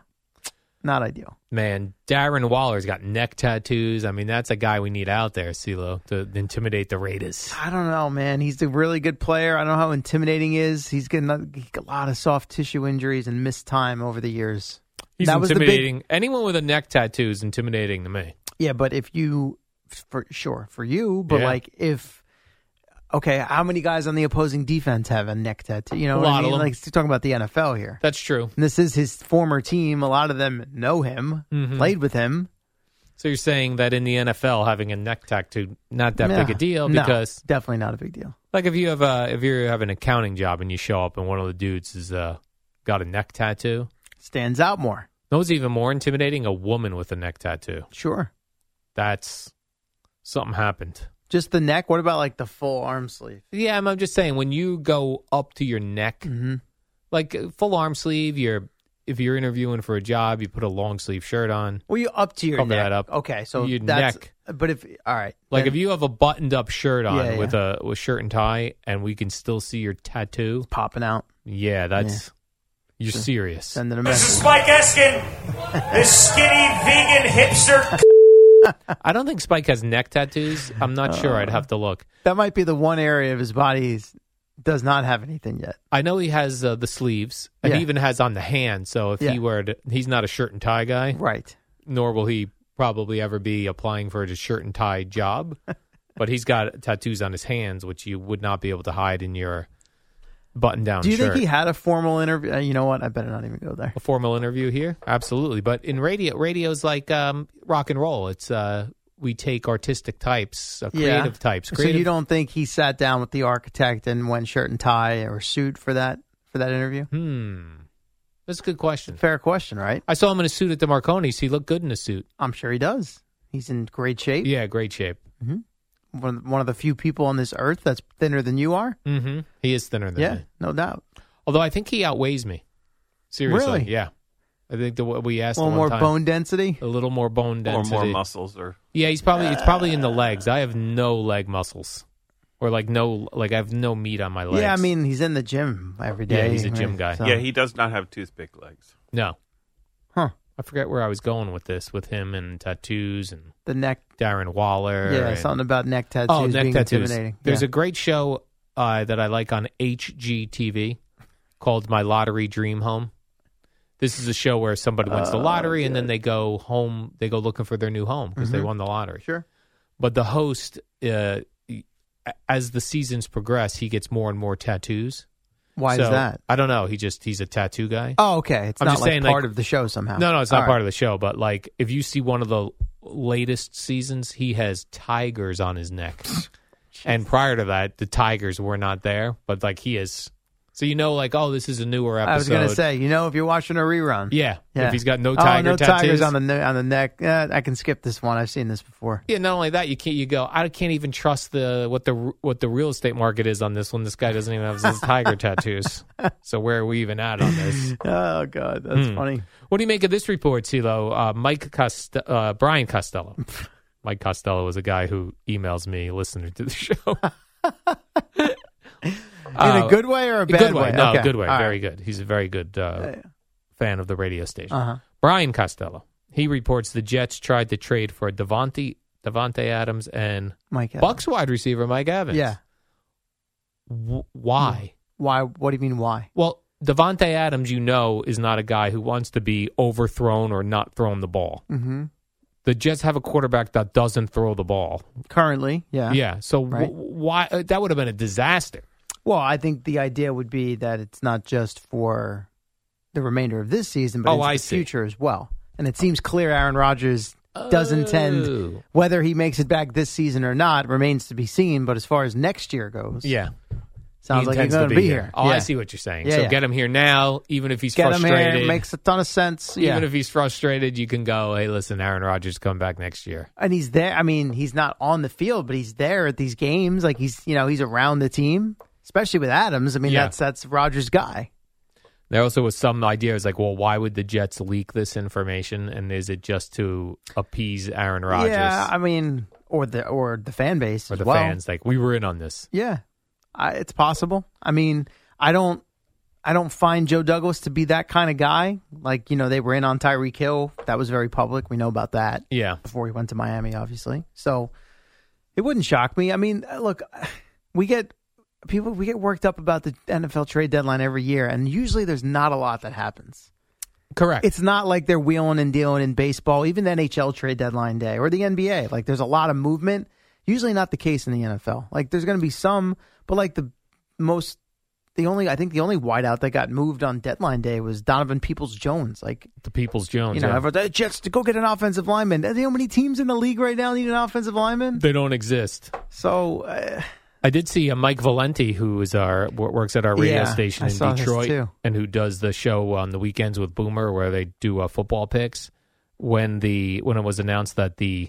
Speaker 8: not ideal.
Speaker 2: Man, Darren Waller's got neck tattoos. I mean, that's a guy we need out there, CeeLo, to intimidate the Raiders.
Speaker 8: I don't know, man. He's a really good player. I don't know how intimidating he is. He's getting a, he got a lot of soft tissue injuries and missed time over the years.
Speaker 2: He's
Speaker 8: That was the big-
Speaker 2: intimidating. Anyone with a neck tattoo is intimidating to me.
Speaker 8: yeah, but if you, for sure, for you, but
Speaker 2: Yeah.
Speaker 8: like if, okay, how many guys on the opposing defense have a neck tattoo? You know,
Speaker 2: A
Speaker 8: what
Speaker 2: lot
Speaker 8: I
Speaker 2: of
Speaker 8: mean?
Speaker 2: them.
Speaker 8: Like still talking about the NFL here.
Speaker 2: That's true.
Speaker 8: And this is his former team. A lot of them know him,
Speaker 2: Mhm.
Speaker 8: played with him.
Speaker 2: So you're saying that in the NFL, having a neck tattoo not that big
Speaker 8: Yeah.
Speaker 2: a deal
Speaker 8: No,
Speaker 2: because,
Speaker 8: definitely not a big deal.
Speaker 2: like, if you have a if you have an accounting job and you show up and one of the dudes is uh got a neck tattoo,
Speaker 8: Stands out more.
Speaker 2: no, it's even more intimidating. A woman with a neck tattoo.
Speaker 8: Sure.
Speaker 2: That's something happened.
Speaker 8: Just the neck. What about like the full arm sleeve?
Speaker 2: Yeah, I'm, I'm just saying when you go up to your neck,
Speaker 8: Mm-hmm.
Speaker 2: like uh, full arm sleeve. You're if you're interviewing for a job, you put a long sleeve shirt on.
Speaker 8: Well, you up to your
Speaker 2: Cover
Speaker 8: neck.
Speaker 2: that up.
Speaker 8: Okay, so
Speaker 2: Your
Speaker 8: that's,
Speaker 2: neck.
Speaker 8: But if all right,
Speaker 2: Like
Speaker 8: then
Speaker 2: if you have a buttoned up shirt on
Speaker 8: Yeah,
Speaker 2: with a with shirt and tie, and we can still see your tattoo
Speaker 8: popping out.
Speaker 2: Yeah, that's you're serious.
Speaker 8: Send it a message.
Speaker 11: Spike Eskin, this skinny vegan hipster.
Speaker 2: I don't think Spike has neck tattoos. I'm not sure.
Speaker 8: Uh-uh.
Speaker 2: I'd have to look.
Speaker 8: That might be the one area of his body he's, does not have anything yet.
Speaker 2: I know he has uh, the sleeves, and he
Speaker 8: Yeah.
Speaker 2: even has on the hand. So if
Speaker 8: Yeah.
Speaker 2: he were, to, he's not a shirt and tie guy,
Speaker 8: right?
Speaker 2: Nor will he probably ever be applying for a shirt and tie job. but he's got tattoos on his hands, which you would not be able to hide in your button down.
Speaker 8: Do you
Speaker 2: shirt.
Speaker 8: think he had a formal interview? Uh, you know what? I better not even go there.
Speaker 2: a formal interview here? Absolutely. But in radio, radio's like um, rock and roll. It's uh, we take artistic types, uh, creative
Speaker 8: yeah.
Speaker 2: types.
Speaker 8: So
Speaker 2: Creative.
Speaker 8: you don't think he sat down with the architect and went shirt and tie or suit for that for that interview?
Speaker 2: Hmm. That's a good question.
Speaker 8: Fair question, right?
Speaker 2: I saw him in a suit at the Marconi's. He looked good in a suit.
Speaker 8: I'm sure he does. He's in great shape.
Speaker 2: Yeah, great shape.
Speaker 8: Mm-hmm. One, one of the few people on this earth that's thinner than you are.
Speaker 2: Mm-hmm. He is thinner than
Speaker 8: yeah,
Speaker 2: me.
Speaker 8: no doubt.
Speaker 2: Although I think he outweighs me. Seriously.
Speaker 8: Really?
Speaker 2: Yeah. I think the what we asked
Speaker 8: A little
Speaker 2: him
Speaker 8: more
Speaker 2: one time,
Speaker 8: bone density.
Speaker 2: a little more bone
Speaker 9: or
Speaker 2: density
Speaker 9: more muscles or
Speaker 2: Yeah, he's probably it's probably in the legs. I have no leg muscles. Or like no like I have no meat on my legs.
Speaker 8: Yeah, I mean he's in the gym every day.
Speaker 2: Yeah, he's a gym guy.
Speaker 9: yeah, he does not have toothpick legs.
Speaker 2: No.
Speaker 8: Huh.
Speaker 2: I forget where I was going with this with him and tattoos and
Speaker 8: the neck.
Speaker 2: Darren Waller.
Speaker 8: Yeah,
Speaker 2: and-
Speaker 8: something about neck tattoos
Speaker 2: Oh, neck
Speaker 8: being
Speaker 2: tattoos.
Speaker 8: intimidating.
Speaker 2: There's
Speaker 8: yeah.
Speaker 2: a great show uh, that I like on HGTV called My Lottery Dream Home. This is a show where somebody wins the
Speaker 8: Oh,
Speaker 2: lottery and then they go home, they go looking for their new home because they
Speaker 8: Mhm.
Speaker 2: won the lottery.
Speaker 8: Sure.
Speaker 2: But the host, uh, he- as the seasons progress, he gets more and more tattoos.
Speaker 8: Why is
Speaker 2: So,
Speaker 8: that?
Speaker 2: I don't know. He just he's a tattoo guy.
Speaker 8: Oh, okay. It's
Speaker 2: I'm
Speaker 8: not
Speaker 2: just
Speaker 8: like
Speaker 2: saying, like-
Speaker 8: part of the show somehow.
Speaker 2: No, no, it's not part of the show. But like, if you see one of the latest seasons, he has tigers on his neck. and prior to that, the tigers were not there. But like, he is. So you know, like, oh, this is a newer episode.
Speaker 8: I was gonna say, you know, if you're watching a rerun,
Speaker 2: Yeah. If he's got no
Speaker 8: Oh,
Speaker 2: tiger
Speaker 8: no
Speaker 2: tattoos.
Speaker 8: tigers on the ne- on the neck. Eh, I can skip this one. I've seen this before.
Speaker 2: Yeah, not only that, you can't. You go. I can't even trust the what the what the real estate market is on this one. This guy doesn't even have his tiger tattoos. So where are we even at on this?
Speaker 8: Oh god, that's
Speaker 2: Hmm.
Speaker 8: funny.
Speaker 2: What do you make of this report, Silo? Uh, Mike Cost- uh, Brian Costello. Mike Costello was a guy who emails me, listener to the show.
Speaker 8: In a good way or a bad
Speaker 2: Uh, good way?
Speaker 8: way?
Speaker 2: No,
Speaker 8: Okay.
Speaker 2: good way.
Speaker 8: All right.
Speaker 2: very good. He's a very good uh, fan of the radio station.
Speaker 8: Uh-huh.
Speaker 2: Brian Costello. He reports the Jets tried to trade for Devontae, Devontae Adams and
Speaker 8: Mike Evans.
Speaker 2: Bucks wide receiver Mike Evans.
Speaker 8: Yeah. Hmm.
Speaker 2: W- why?
Speaker 8: Why? What do you mean? Why?
Speaker 2: Well, Devontae Adams, you know, is not a guy who wants to be overthrown or not thrown the ball.
Speaker 8: Mm-hmm.
Speaker 2: The Jets have a quarterback that doesn't throw the ball.
Speaker 8: Currently, yeah,
Speaker 2: Yeah. So wh-
Speaker 8: Right.
Speaker 2: why uh, that would have been a disaster.
Speaker 8: Well, I think the idea would be that it's not just for the remainder of this season, but
Speaker 2: Oh,
Speaker 8: into
Speaker 2: I
Speaker 8: the
Speaker 2: see.
Speaker 8: future as well. And it seems clear Aaron Rodgers does
Speaker 2: Oh.
Speaker 8: intend whether he makes it back this season or not remains to be seen. But as far as next year goes,
Speaker 2: Yeah.
Speaker 8: sounds like he's
Speaker 2: intends
Speaker 8: going to be here.
Speaker 2: Oh, I
Speaker 8: Yeah.
Speaker 2: see what you're saying.
Speaker 8: Yeah,
Speaker 2: so
Speaker 8: yeah.
Speaker 2: get him here now, even if he's
Speaker 8: Get him
Speaker 2: frustrated.
Speaker 8: here makes a ton of sense. Yeah,
Speaker 2: Even if he's frustrated, you can go, hey, listen, Aaron Rodgers come back next year.
Speaker 8: and he's there. I mean, he's not on the field, but he's there at these games. Like he's you know he's around the team, especially with Adams. I mean,
Speaker 2: Yeah.
Speaker 8: that's that's Rogers' guy.
Speaker 2: There also was some idea, it's like, well, why would the Jets leak this information? And is it just to appease Aaron Rodgers
Speaker 8: Yeah, I mean, or the or the fan base
Speaker 2: or
Speaker 8: as
Speaker 2: the
Speaker 8: well.
Speaker 2: fans? Like, we were in on this.
Speaker 8: Yeah, I, it's possible. I mean, I don't. I don't find Joe Douglas to be that kind of guy. Like, you know, they were in on Tyreek Hill. That was very public. We know about that.
Speaker 2: Yeah.
Speaker 8: Before he went to Miami, obviously. So it wouldn't shock me. I mean, uh, look, we get people, we get worked up about the NFL trade deadline every year, and usually there's not a lot that happens.
Speaker 2: Correct.
Speaker 8: It's not like they're wheeling and dealing in baseball, even the NHL trade deadline day or the NBA. Like there's a lot of movement. Usually not the case in the NFL. Like there's going to be some, but like the most, the only I think the only wideout that got moved on deadline day was Donovan Peoples Jones. Like
Speaker 2: The People's Jones.
Speaker 8: you know,
Speaker 2: Oh, yeah.
Speaker 8: everyone, "Hey, Jets to go get an offensive lineman. Do you know how many teams in the league right now need an offensive lineman?
Speaker 2: they don't exist.
Speaker 8: So uh,
Speaker 2: I did see uh, Mike Valenti, who is our wor- works at our radio
Speaker 8: Yeah,
Speaker 2: station
Speaker 8: I
Speaker 2: in
Speaker 8: saw this
Speaker 2: Detroit,
Speaker 8: too.
Speaker 2: and who does the show on the weekends with Boomer, where they do uh, football picks. When the when it was announced that the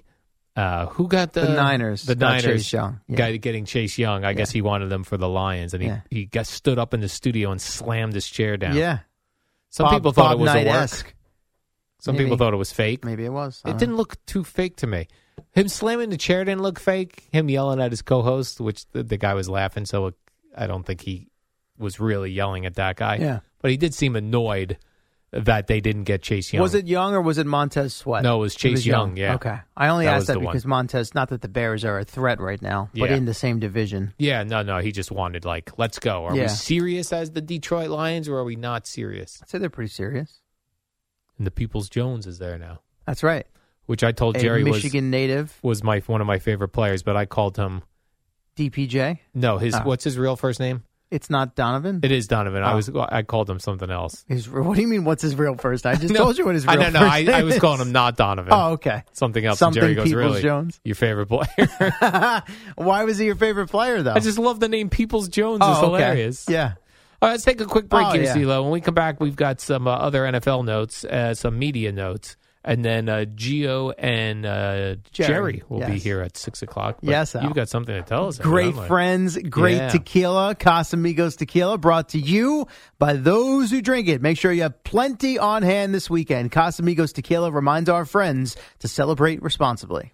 Speaker 2: uh, who got the,
Speaker 8: The Niners
Speaker 2: the Niners
Speaker 8: got Chase Young, yeah.
Speaker 2: guy getting Chase Young, I guess he wanted them for the Lions, and he
Speaker 8: Yeah.
Speaker 2: he got stood up in the studio and slammed his chair down.
Speaker 8: yeah,
Speaker 2: some
Speaker 8: Bob-
Speaker 2: people thought
Speaker 8: Bob
Speaker 2: it was a
Speaker 8: Knight-esque.
Speaker 2: work. Some
Speaker 8: Maybe.
Speaker 2: people thought it was fake.
Speaker 8: Maybe it was. I
Speaker 2: It
Speaker 8: don't
Speaker 2: didn't look too fake to me. Him slamming the chair didn't look fake. Him yelling at his co-host, which the, the guy was laughing, so it, I don't think he was really yelling at that guy.
Speaker 8: Yeah.
Speaker 2: but he did seem annoyed that they didn't get Chase Young.
Speaker 8: Was it Young or was it Montez Sweat?
Speaker 2: No, it was Chase Young, yeah.
Speaker 8: Okay. I only
Speaker 2: That was
Speaker 8: asked that
Speaker 2: the one.
Speaker 8: because Montez, not that the Bears are a threat right now, but
Speaker 2: Yeah.
Speaker 8: in the same division.
Speaker 2: Yeah, no, no. He just wanted like, let's go. Are
Speaker 8: Yeah.
Speaker 2: we serious as the Detroit Lions, or are we not serious?
Speaker 8: I'd say they're pretty serious.
Speaker 2: And the People's Jones is there now,
Speaker 8: That's right.
Speaker 2: which I told
Speaker 8: A
Speaker 2: Jerry
Speaker 8: Michigan native,
Speaker 2: was was my one of my favorite players, but I called him
Speaker 8: DPJ.
Speaker 2: no. His
Speaker 8: Oh.
Speaker 2: what's his real first name?
Speaker 8: It's not Donovan.
Speaker 2: It is Donovan. I
Speaker 8: Oh.
Speaker 2: was I called him something else.
Speaker 8: His- what do you mean? What's his real first? I just
Speaker 2: No,
Speaker 8: told you what his real
Speaker 2: I don't know.
Speaker 8: first
Speaker 2: I,
Speaker 8: name
Speaker 2: I was
Speaker 8: is.
Speaker 2: calling him not Donovan.
Speaker 8: Oh, okay.
Speaker 2: Something else.
Speaker 8: Something
Speaker 2: and Jerry goes,
Speaker 8: Peoples
Speaker 2: really?
Speaker 8: Jones.
Speaker 2: Your favorite player.
Speaker 8: Why was he your favorite player though?
Speaker 2: I just love the name Peoples Jones.
Speaker 8: Oh,
Speaker 2: it's
Speaker 8: okay.
Speaker 2: hilarious.
Speaker 8: Yeah.
Speaker 2: All right, let's take a quick break
Speaker 8: Oh,
Speaker 2: here,
Speaker 8: yeah.
Speaker 2: CeeLo. When we come back, we've got some uh, other NFL notes, uh, some media notes, and then uh, Geo and uh, Jerry,
Speaker 8: Jerry,
Speaker 2: will be
Speaker 8: yes.
Speaker 2: here at six o'clock. But
Speaker 8: Yes, Al.
Speaker 2: you've got something to tell us.
Speaker 8: Great
Speaker 2: Alan.
Speaker 8: friends, great
Speaker 2: Yeah.
Speaker 8: tequila, Casamigos tequila, brought to you by those who drink it. Make sure you have plenty on hand this weekend. Casamigos tequila reminds our friends to celebrate responsibly.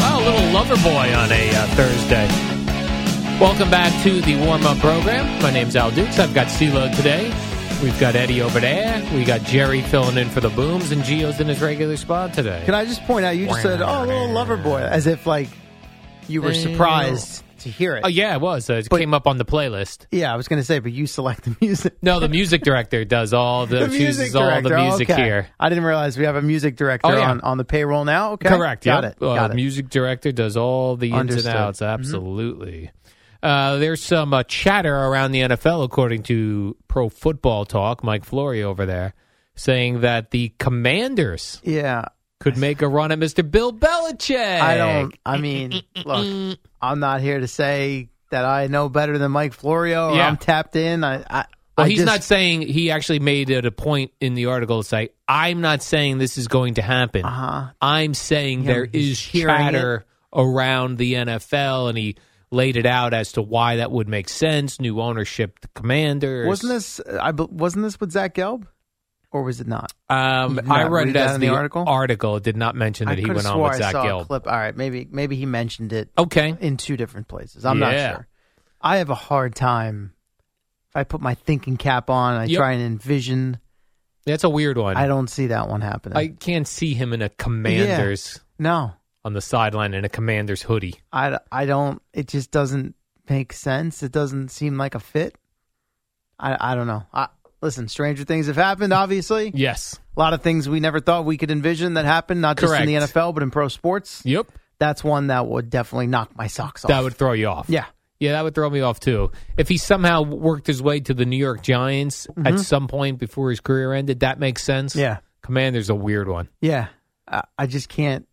Speaker 2: Oh, a little lover boy on a uh, Thursday. Welcome back to the warm up program. My name's Al Dukes. I've got CeeLo today. We've got Eddie over there. We got Jerry filling in for the booms, and Geo's in his regular spot today.
Speaker 8: Can I just point out, you just said, oh, little lover boy, as if like you were surprised to hear it.
Speaker 2: Oh yeah, it was. Uh, it came up on the playlist.
Speaker 8: Yeah, I was going to say, but you select the music.
Speaker 2: No, the music director does all the, chooses all the
Speaker 8: director,
Speaker 2: music
Speaker 8: okay.
Speaker 2: here.
Speaker 8: I didn't realize we have a music director
Speaker 2: Oh, yeah.
Speaker 8: on, on the payroll now. Okay.
Speaker 2: Correct.
Speaker 8: Got
Speaker 2: yep.
Speaker 8: it. Got
Speaker 2: uh,
Speaker 8: it.
Speaker 2: Music director does all the ins
Speaker 8: Understood.
Speaker 2: and outs.
Speaker 8: Mhm.
Speaker 2: Absolutely. Uh, there's some uh, chatter around the NFL, according to Pro Football Talk, Mike Flory over there, saying that the Commanders
Speaker 8: Yeah.
Speaker 2: could make a run at Mr. Bill Belichick.
Speaker 8: I don't. I mean, look, I'm not here to say that I know better than Mike Florio. Or
Speaker 2: Yeah.
Speaker 8: I'm tapped in. I. I
Speaker 2: Well,
Speaker 8: I
Speaker 2: he's
Speaker 8: just-
Speaker 2: not saying he actually made it a point in the article to say, "I'm not saying this is going to happen.
Speaker 8: Uh-huh.
Speaker 2: I'm saying
Speaker 8: Yeah,
Speaker 2: there is
Speaker 8: he's trying it.
Speaker 2: chatter around the NFL," and he laid it out as to why that would make sense. New ownership, the Commanders.
Speaker 8: Wasn't this? I be- wasn't this with Zach Gelb, or was it not?
Speaker 2: Um,
Speaker 8: Did you
Speaker 2: I
Speaker 8: not
Speaker 2: read it
Speaker 8: that
Speaker 2: as
Speaker 8: in
Speaker 2: the,
Speaker 8: the article?
Speaker 2: Article It did not mention that
Speaker 8: I
Speaker 2: he
Speaker 8: coulda
Speaker 2: went on
Speaker 8: swore
Speaker 2: with
Speaker 8: I
Speaker 2: Zach
Speaker 8: saw a
Speaker 2: Gelb.
Speaker 8: clip. All right, maybe maybe he mentioned it.
Speaker 2: Okay,
Speaker 8: in two different places. I'm
Speaker 2: Yeah.
Speaker 8: not sure. I have a hard time if I put my thinking cap on. and I
Speaker 2: Yep.
Speaker 8: try and envision.
Speaker 2: That's a weird one.
Speaker 8: I don't see that one happening.
Speaker 2: I can't see him in a Commanders
Speaker 8: no,
Speaker 2: on the sideline in a Commanders hoodie.
Speaker 8: I, I don't. It just doesn't make sense. It doesn't seem like a fit. I I don't know. I, listen, stranger things have happened. Obviously,
Speaker 2: Yes.
Speaker 8: a lot of things we never thought we could envision that happened. Not just in the
Speaker 2: Correct.
Speaker 8: NFL, but in pro sports.
Speaker 2: Yep,
Speaker 8: that's one that would definitely knock my socks off.
Speaker 2: That would throw you off.
Speaker 8: Yeah.
Speaker 2: Yeah, that would throw me off too. If he somehow worked his way to the New York Giants at
Speaker 8: Mhm.
Speaker 2: some point before his career ended, that makes sense.
Speaker 8: Yeah.
Speaker 2: Commander's a weird one.
Speaker 8: Yeah, I, I just can't.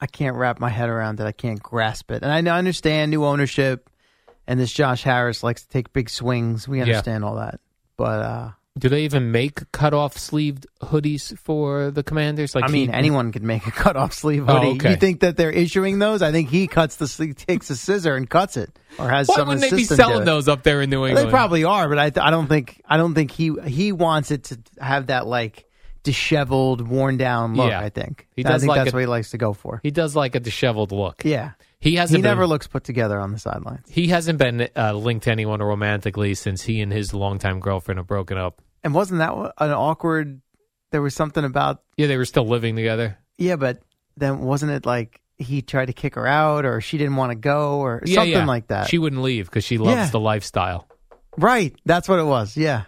Speaker 8: I can't wrap my head around it. I can't grasp it. And I know- I understand new ownership, and this Josh Harris likes to take big swings. We
Speaker 2: Yeah.
Speaker 8: understand all that, but uh,
Speaker 2: Do they even make cutoff sleeved hoodies for the Commanders? Like
Speaker 8: I mean,
Speaker 2: he-
Speaker 8: anyone could make a cutoff sleeve
Speaker 2: Oh,
Speaker 8: hoodie.
Speaker 2: okay.
Speaker 8: You think that they're issuing those? I think he cuts the sleeve, takes a scissor, and cuts it, or has
Speaker 2: Why
Speaker 8: some
Speaker 2: wouldn't they be
Speaker 8: assistant do
Speaker 2: selling
Speaker 8: it.
Speaker 2: those up there in New England?
Speaker 8: They probably are, but I, I don't think I don't think he he wants it to have that like disheveled, worn down look.
Speaker 2: Yeah.
Speaker 8: I think
Speaker 2: He
Speaker 8: I
Speaker 2: does
Speaker 8: think
Speaker 2: like
Speaker 8: that's
Speaker 2: a-
Speaker 8: what he likes to go for.
Speaker 2: He does like a disheveled look.
Speaker 8: Yeah,
Speaker 2: He hasn't
Speaker 8: He
Speaker 2: been-
Speaker 8: never looks put together on the sidelines.
Speaker 2: He hasn't been uh, linked to anyone romantically since he and his longtime girlfriend have broken up.
Speaker 8: And wasn't that wha- an awkward? There was something about
Speaker 2: Yeah, they were still living together.
Speaker 8: yeah, but then wasn't it like he tried to kick her out, or she didn't want to go, or
Speaker 2: Yeah,
Speaker 8: something
Speaker 2: yeah.
Speaker 8: like that?
Speaker 2: She wouldn't leave because she loves
Speaker 8: Yeah.
Speaker 2: the lifestyle.
Speaker 8: right, that's what it was. Yeah,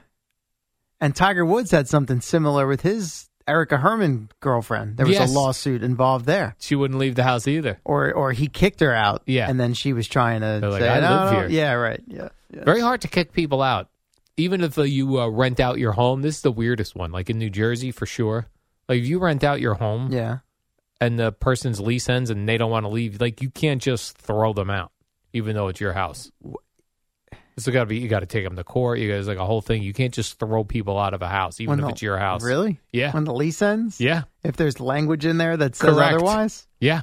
Speaker 8: and Tiger Woods had something similar with his Erica Herman girlfriend. There was
Speaker 2: Yes.
Speaker 8: a lawsuit involved there,
Speaker 2: She wouldn't leave the house either.
Speaker 8: or or he kicked her out.
Speaker 2: Yeah.
Speaker 8: and then she was trying to
Speaker 2: They're like,
Speaker 8: say,
Speaker 2: "I
Speaker 8: "No,
Speaker 2: live
Speaker 8: no,
Speaker 2: here."
Speaker 8: Yeah, right. Yeah.
Speaker 2: Very hard to kick people out, even if uh, you uh, rent out your home. This is the weirdest one, like in New Jersey for sure. Like if you rent out your home,
Speaker 8: yeah,
Speaker 2: and the person's lease ends and they don't want to leave, like you can't just throw them out, even though it's your house. So got to be you got to take them to court. You guys like a whole thing. You can't just throw people out of a house, even
Speaker 8: When
Speaker 2: if
Speaker 8: the-
Speaker 2: it's your house.
Speaker 8: Really?
Speaker 2: Yeah.
Speaker 8: When the lease ends?
Speaker 2: Yeah.
Speaker 8: If there's language in there that says
Speaker 2: Correct.
Speaker 8: otherwise?
Speaker 2: Yeah.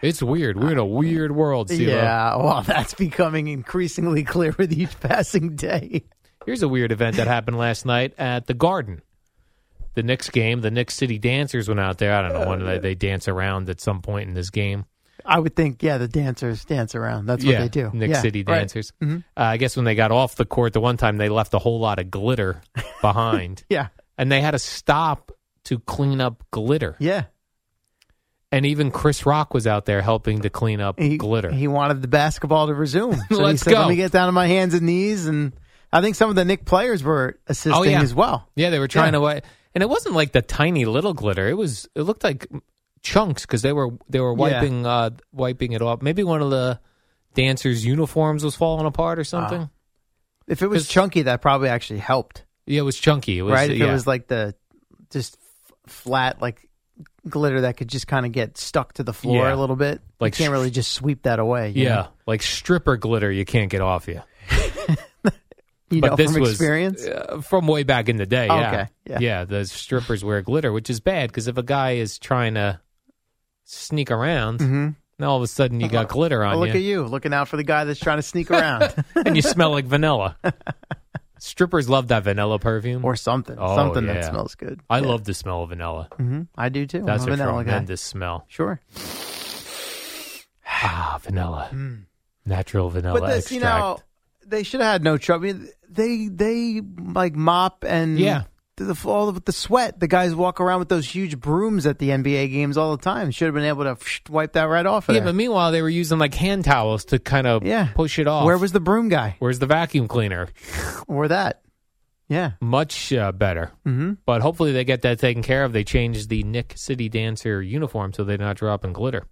Speaker 2: It's weird. We're in a weird world, CeeLo.
Speaker 8: Yeah, well, that's becoming increasingly clear with each passing day.
Speaker 2: Here's a weird event that happened last night at the Garden. The Knicks game, the Knicks City dancers went out there. I don't know,
Speaker 8: Oh,
Speaker 2: when they, they dance around at some point in this game.
Speaker 8: I would think, yeah, the dancers dance around. That's
Speaker 2: Yeah,
Speaker 8: what they do.
Speaker 2: Knicks
Speaker 8: Yeah,
Speaker 2: City
Speaker 8: right.
Speaker 2: dancers.
Speaker 8: Mhm.
Speaker 2: Uh, I guess when they got off the court the one time, they left a whole lot of glitter behind.
Speaker 8: Yeah.
Speaker 2: And they had to stop to clean up glitter.
Speaker 8: Yeah.
Speaker 2: And even Chris Rock was out there helping to clean up glitter.
Speaker 8: He wanted the basketball to resume. So he
Speaker 2: Let's
Speaker 8: said, Let
Speaker 2: go.
Speaker 8: me get down on my hands and knees. And I think some of the Nick players were assisting
Speaker 2: Oh, yeah.
Speaker 8: as well.
Speaker 2: Yeah, they were trying
Speaker 8: Yeah.
Speaker 2: to white, and it wasn't like the tiny little glitter. It was it looked like chunks because they were they were
Speaker 8: Yeah.
Speaker 2: wiping uh, wiping it off. Maybe one of the dancers' uniforms was falling apart or something.
Speaker 8: Ah. If it was chunky, that probably actually helped.
Speaker 2: Yeah, it was chunky. It was,
Speaker 8: right? If
Speaker 2: yeah.
Speaker 8: it was like the just f- flat, like glitter that could just kind of get stuck to the floor
Speaker 2: Yeah.
Speaker 8: a little bit.
Speaker 2: Like
Speaker 8: you
Speaker 2: str-
Speaker 8: can't really just sweep that away.
Speaker 2: yeah,
Speaker 8: you know?
Speaker 2: like stripper glitter you can't get off you.
Speaker 8: You
Speaker 2: but
Speaker 8: know,
Speaker 2: this
Speaker 8: from
Speaker 2: was
Speaker 8: experience?
Speaker 2: uh, from way back in the day.
Speaker 8: Oh,
Speaker 2: yeah.
Speaker 8: okay. Yeah.
Speaker 2: the strippers wear glitter, which is bad because if a guy is trying to sneak around,
Speaker 8: Mhm.
Speaker 2: now all of a sudden you got glitter on
Speaker 8: Oh, look
Speaker 2: you.
Speaker 8: at you looking out for the guy that's trying to sneak around.
Speaker 2: and you smell like vanilla. Strippers love that vanilla perfume
Speaker 8: or something, something that smells good.
Speaker 2: Oh, I
Speaker 8: Yeah.
Speaker 2: love the smell of vanilla.
Speaker 8: hmm I do too.
Speaker 2: That's
Speaker 8: I'm a vanilla guy.
Speaker 2: tremendous smell.
Speaker 8: Sure.
Speaker 2: Ah, vanilla, natural vanilla
Speaker 8: Hmm. but this,
Speaker 2: extract.
Speaker 8: you know, they should have had no trouble. I mean, they they like mop and
Speaker 2: Yeah.
Speaker 8: do the all with the sweat. The guys walk around with those huge brooms at the NBA games all the time. Should have been able to wipe that right off. Of
Speaker 2: yeah,
Speaker 8: there.
Speaker 2: but meanwhile they were using like hand towels to kind of
Speaker 8: Yeah.
Speaker 2: push it off.
Speaker 8: Where was the broom guy
Speaker 2: Where's the vacuum cleaner?
Speaker 8: or that? Yeah,
Speaker 2: Much uh, better.
Speaker 8: Mhm.
Speaker 2: But hopefully they get that taken care of. They changed the Nick City Dancer uniform so they're not dropping glitter.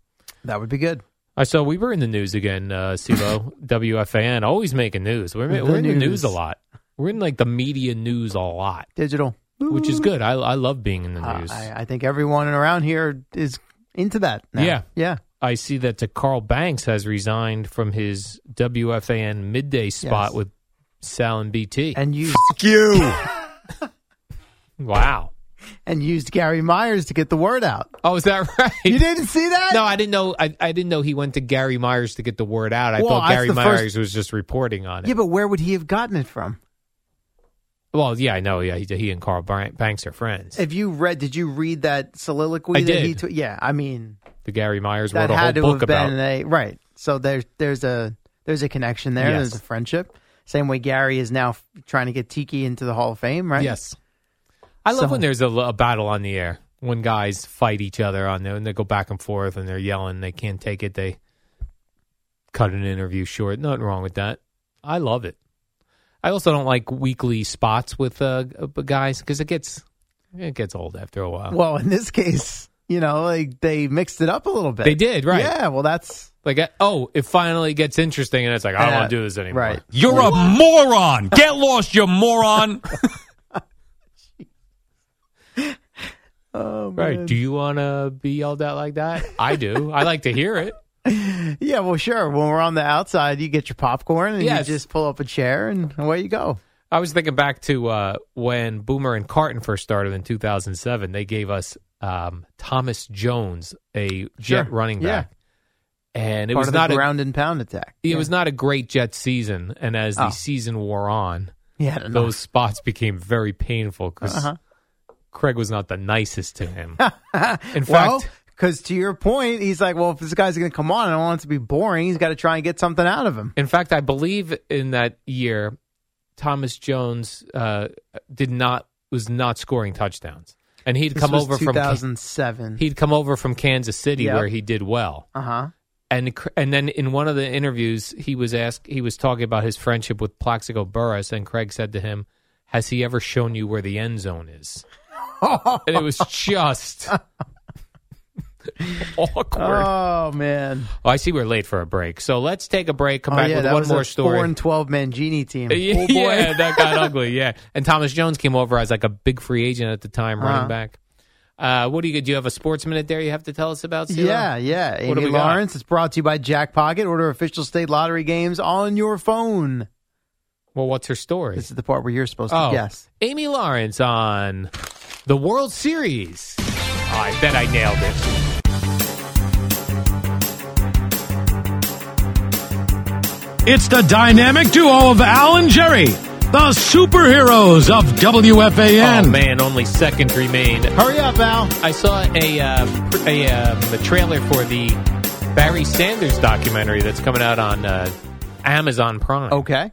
Speaker 8: that would be good.
Speaker 2: Uh, so we were in the news again, uh, Sibo, WFAN, always making news. We're,
Speaker 8: The
Speaker 2: we're in the
Speaker 8: news.
Speaker 2: news a lot. We're in like the media news a lot,
Speaker 8: Digital,
Speaker 2: which is good. I, I love being in the
Speaker 8: Uh,
Speaker 2: news.
Speaker 8: I, I think everyone around here is into that. Now.
Speaker 2: Yeah.
Speaker 8: yeah.
Speaker 2: I see that uh, Carl Banks has resigned from his WFAN midday spot
Speaker 8: Yes.
Speaker 2: with Sal and BT.
Speaker 8: And used you
Speaker 2: wow.
Speaker 8: and used Gary Myers to get the word out.
Speaker 2: Oh, is that right?
Speaker 8: You didn't see that?
Speaker 2: No, I didn't know. I, I didn't know he went to Gary Myers to get the word out. I
Speaker 8: Well,
Speaker 2: thought
Speaker 8: that's
Speaker 2: Gary
Speaker 8: the first-
Speaker 2: Myers was just reporting on it.
Speaker 8: Yeah, but where would he have gotten it from?
Speaker 2: well, yeah, I know. Yeah, he, he and Carl Ban- Banks are friends.
Speaker 8: If you read, did you read that soliloquy?
Speaker 2: I
Speaker 8: that
Speaker 2: did.
Speaker 8: He tw- yeah, I mean
Speaker 2: The Gary Myers
Speaker 8: that
Speaker 2: wrote a whole
Speaker 8: had to
Speaker 2: book
Speaker 8: have been
Speaker 2: about.
Speaker 8: a right. So there's there's a there's a connection there.
Speaker 2: Yes.
Speaker 8: There's a friendship. Same way Gary is now f- trying to get Tiki into the Hall of Fame, right?
Speaker 2: Yes. I love
Speaker 8: So-
Speaker 2: when there's a, a battle on the air when guys fight each other on there and they go back and forth and they're yelling. They can't take it. They cut an interview short. Nothing wrong with that. I love it. I also don't like weekly spots with uh, g- guys because it gets it gets old after a while.
Speaker 8: Well, in this case, you know, like they mixed it up a little bit.
Speaker 2: They did, right.
Speaker 8: Yeah. Well, that's
Speaker 2: like I- oh, it finally gets interesting and it's like I don't
Speaker 8: Uh,
Speaker 2: want to do this anymore.
Speaker 8: right.
Speaker 12: You're a moron. Get lost, you moron.
Speaker 8: Oh,
Speaker 2: Right.
Speaker 8: man.
Speaker 2: Do you want to be yelled at like that? I do. I like to hear it.
Speaker 8: Yeah. Well, sure. When we're on the outside, you get your popcorn and
Speaker 2: Yes.
Speaker 8: you just pull up a chair and away you go.
Speaker 2: I was thinking back to uh, when Boomer and Carton first started in 2007. They gave us um, Thomas Jones, a
Speaker 8: Sure.
Speaker 2: jet running
Speaker 8: Yeah.
Speaker 2: back, and it
Speaker 8: Part
Speaker 2: was
Speaker 8: of
Speaker 2: not
Speaker 8: the
Speaker 2: a
Speaker 8: ground and pound attack.
Speaker 2: it
Speaker 8: Yeah.
Speaker 2: was not a great jet season. And as the
Speaker 8: Oh.
Speaker 2: season wore on,
Speaker 8: He had enough.
Speaker 2: those spots became very painful because
Speaker 8: Uh-huh.
Speaker 2: Craig was not the nicest to him. In fact,
Speaker 8: because to your point, he's like, well, if this guy's going to come on, I don't want it to be boring. He's got to try and get something out of him.
Speaker 2: In fact, I believe in that year, Thomas Jones uh, did not was not scoring touchdowns, and he'd
Speaker 8: This
Speaker 2: come
Speaker 8: was
Speaker 2: over from Kan-
Speaker 8: 2007.
Speaker 2: he'd come over from Kansas City
Speaker 8: Yep.
Speaker 2: where he did well,
Speaker 8: Uh huh.
Speaker 2: and cr- and then in one of the interviews he was asked he was talking about his friendship with Plaxico Burress, and Craig said to him, "Has he ever shown you where the end zone is?" and it was just awkward.
Speaker 8: Oh man.
Speaker 2: Oh, I see we're late for a break, so let's take a break. Come
Speaker 8: oh,
Speaker 2: back
Speaker 8: yeah,
Speaker 2: with
Speaker 8: that
Speaker 2: one
Speaker 8: was
Speaker 2: more
Speaker 8: a
Speaker 2: story.
Speaker 8: Four and twelve Mangini team.
Speaker 2: Yeah,
Speaker 8: Oh boy.
Speaker 2: yeah, that got ugly. Yeah, and Thomas Jones came over as like a big free agent at the time,
Speaker 8: Uh-huh.
Speaker 2: running back. Uh, what do you do? You have a sports minute there. You have to tell us about. CeeLo?
Speaker 8: Yeah, yeah.
Speaker 2: What do
Speaker 8: Amy
Speaker 2: we got?
Speaker 8: Lawrence. It's brought to you by Jack Pocket. Order official state lottery games on your phone.
Speaker 2: Well, what's her story?
Speaker 8: This is the part where you're supposed
Speaker 2: oh,
Speaker 8: to guess.
Speaker 2: Amy Lawrence on the World Series. I bet I nailed it.
Speaker 13: It's the dynamic duo of Al and Jerry, the superheroes of WFAN.
Speaker 2: Oh man, only seconds remain.
Speaker 8: Hurry up, Al.
Speaker 2: I saw a uh, pr- a, um, a trailer for the Barry Sanders documentary that's coming out on uh, Amazon Prime.
Speaker 8: Okay.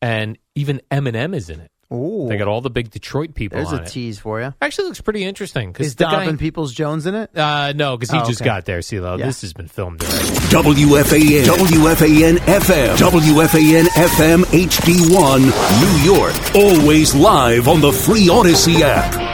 Speaker 2: and even Eminem is in it.
Speaker 8: Ooh.
Speaker 2: They got all the big Detroit people
Speaker 8: There's
Speaker 2: on
Speaker 8: a
Speaker 2: it.
Speaker 8: tease for you.
Speaker 2: Actually, looks pretty interesting. 'cause
Speaker 8: Is
Speaker 2: the guy-
Speaker 8: Donovan Peoples Jones in it?
Speaker 2: Uh, no, because he
Speaker 8: Oh,
Speaker 2: just
Speaker 8: okay.
Speaker 2: got there, CeeLo.
Speaker 8: Yeah.
Speaker 2: This has been filmed already.
Speaker 14: WFAN, WFAN FM, WFAN FM HD1, New York. Always live on the free Odyssey app.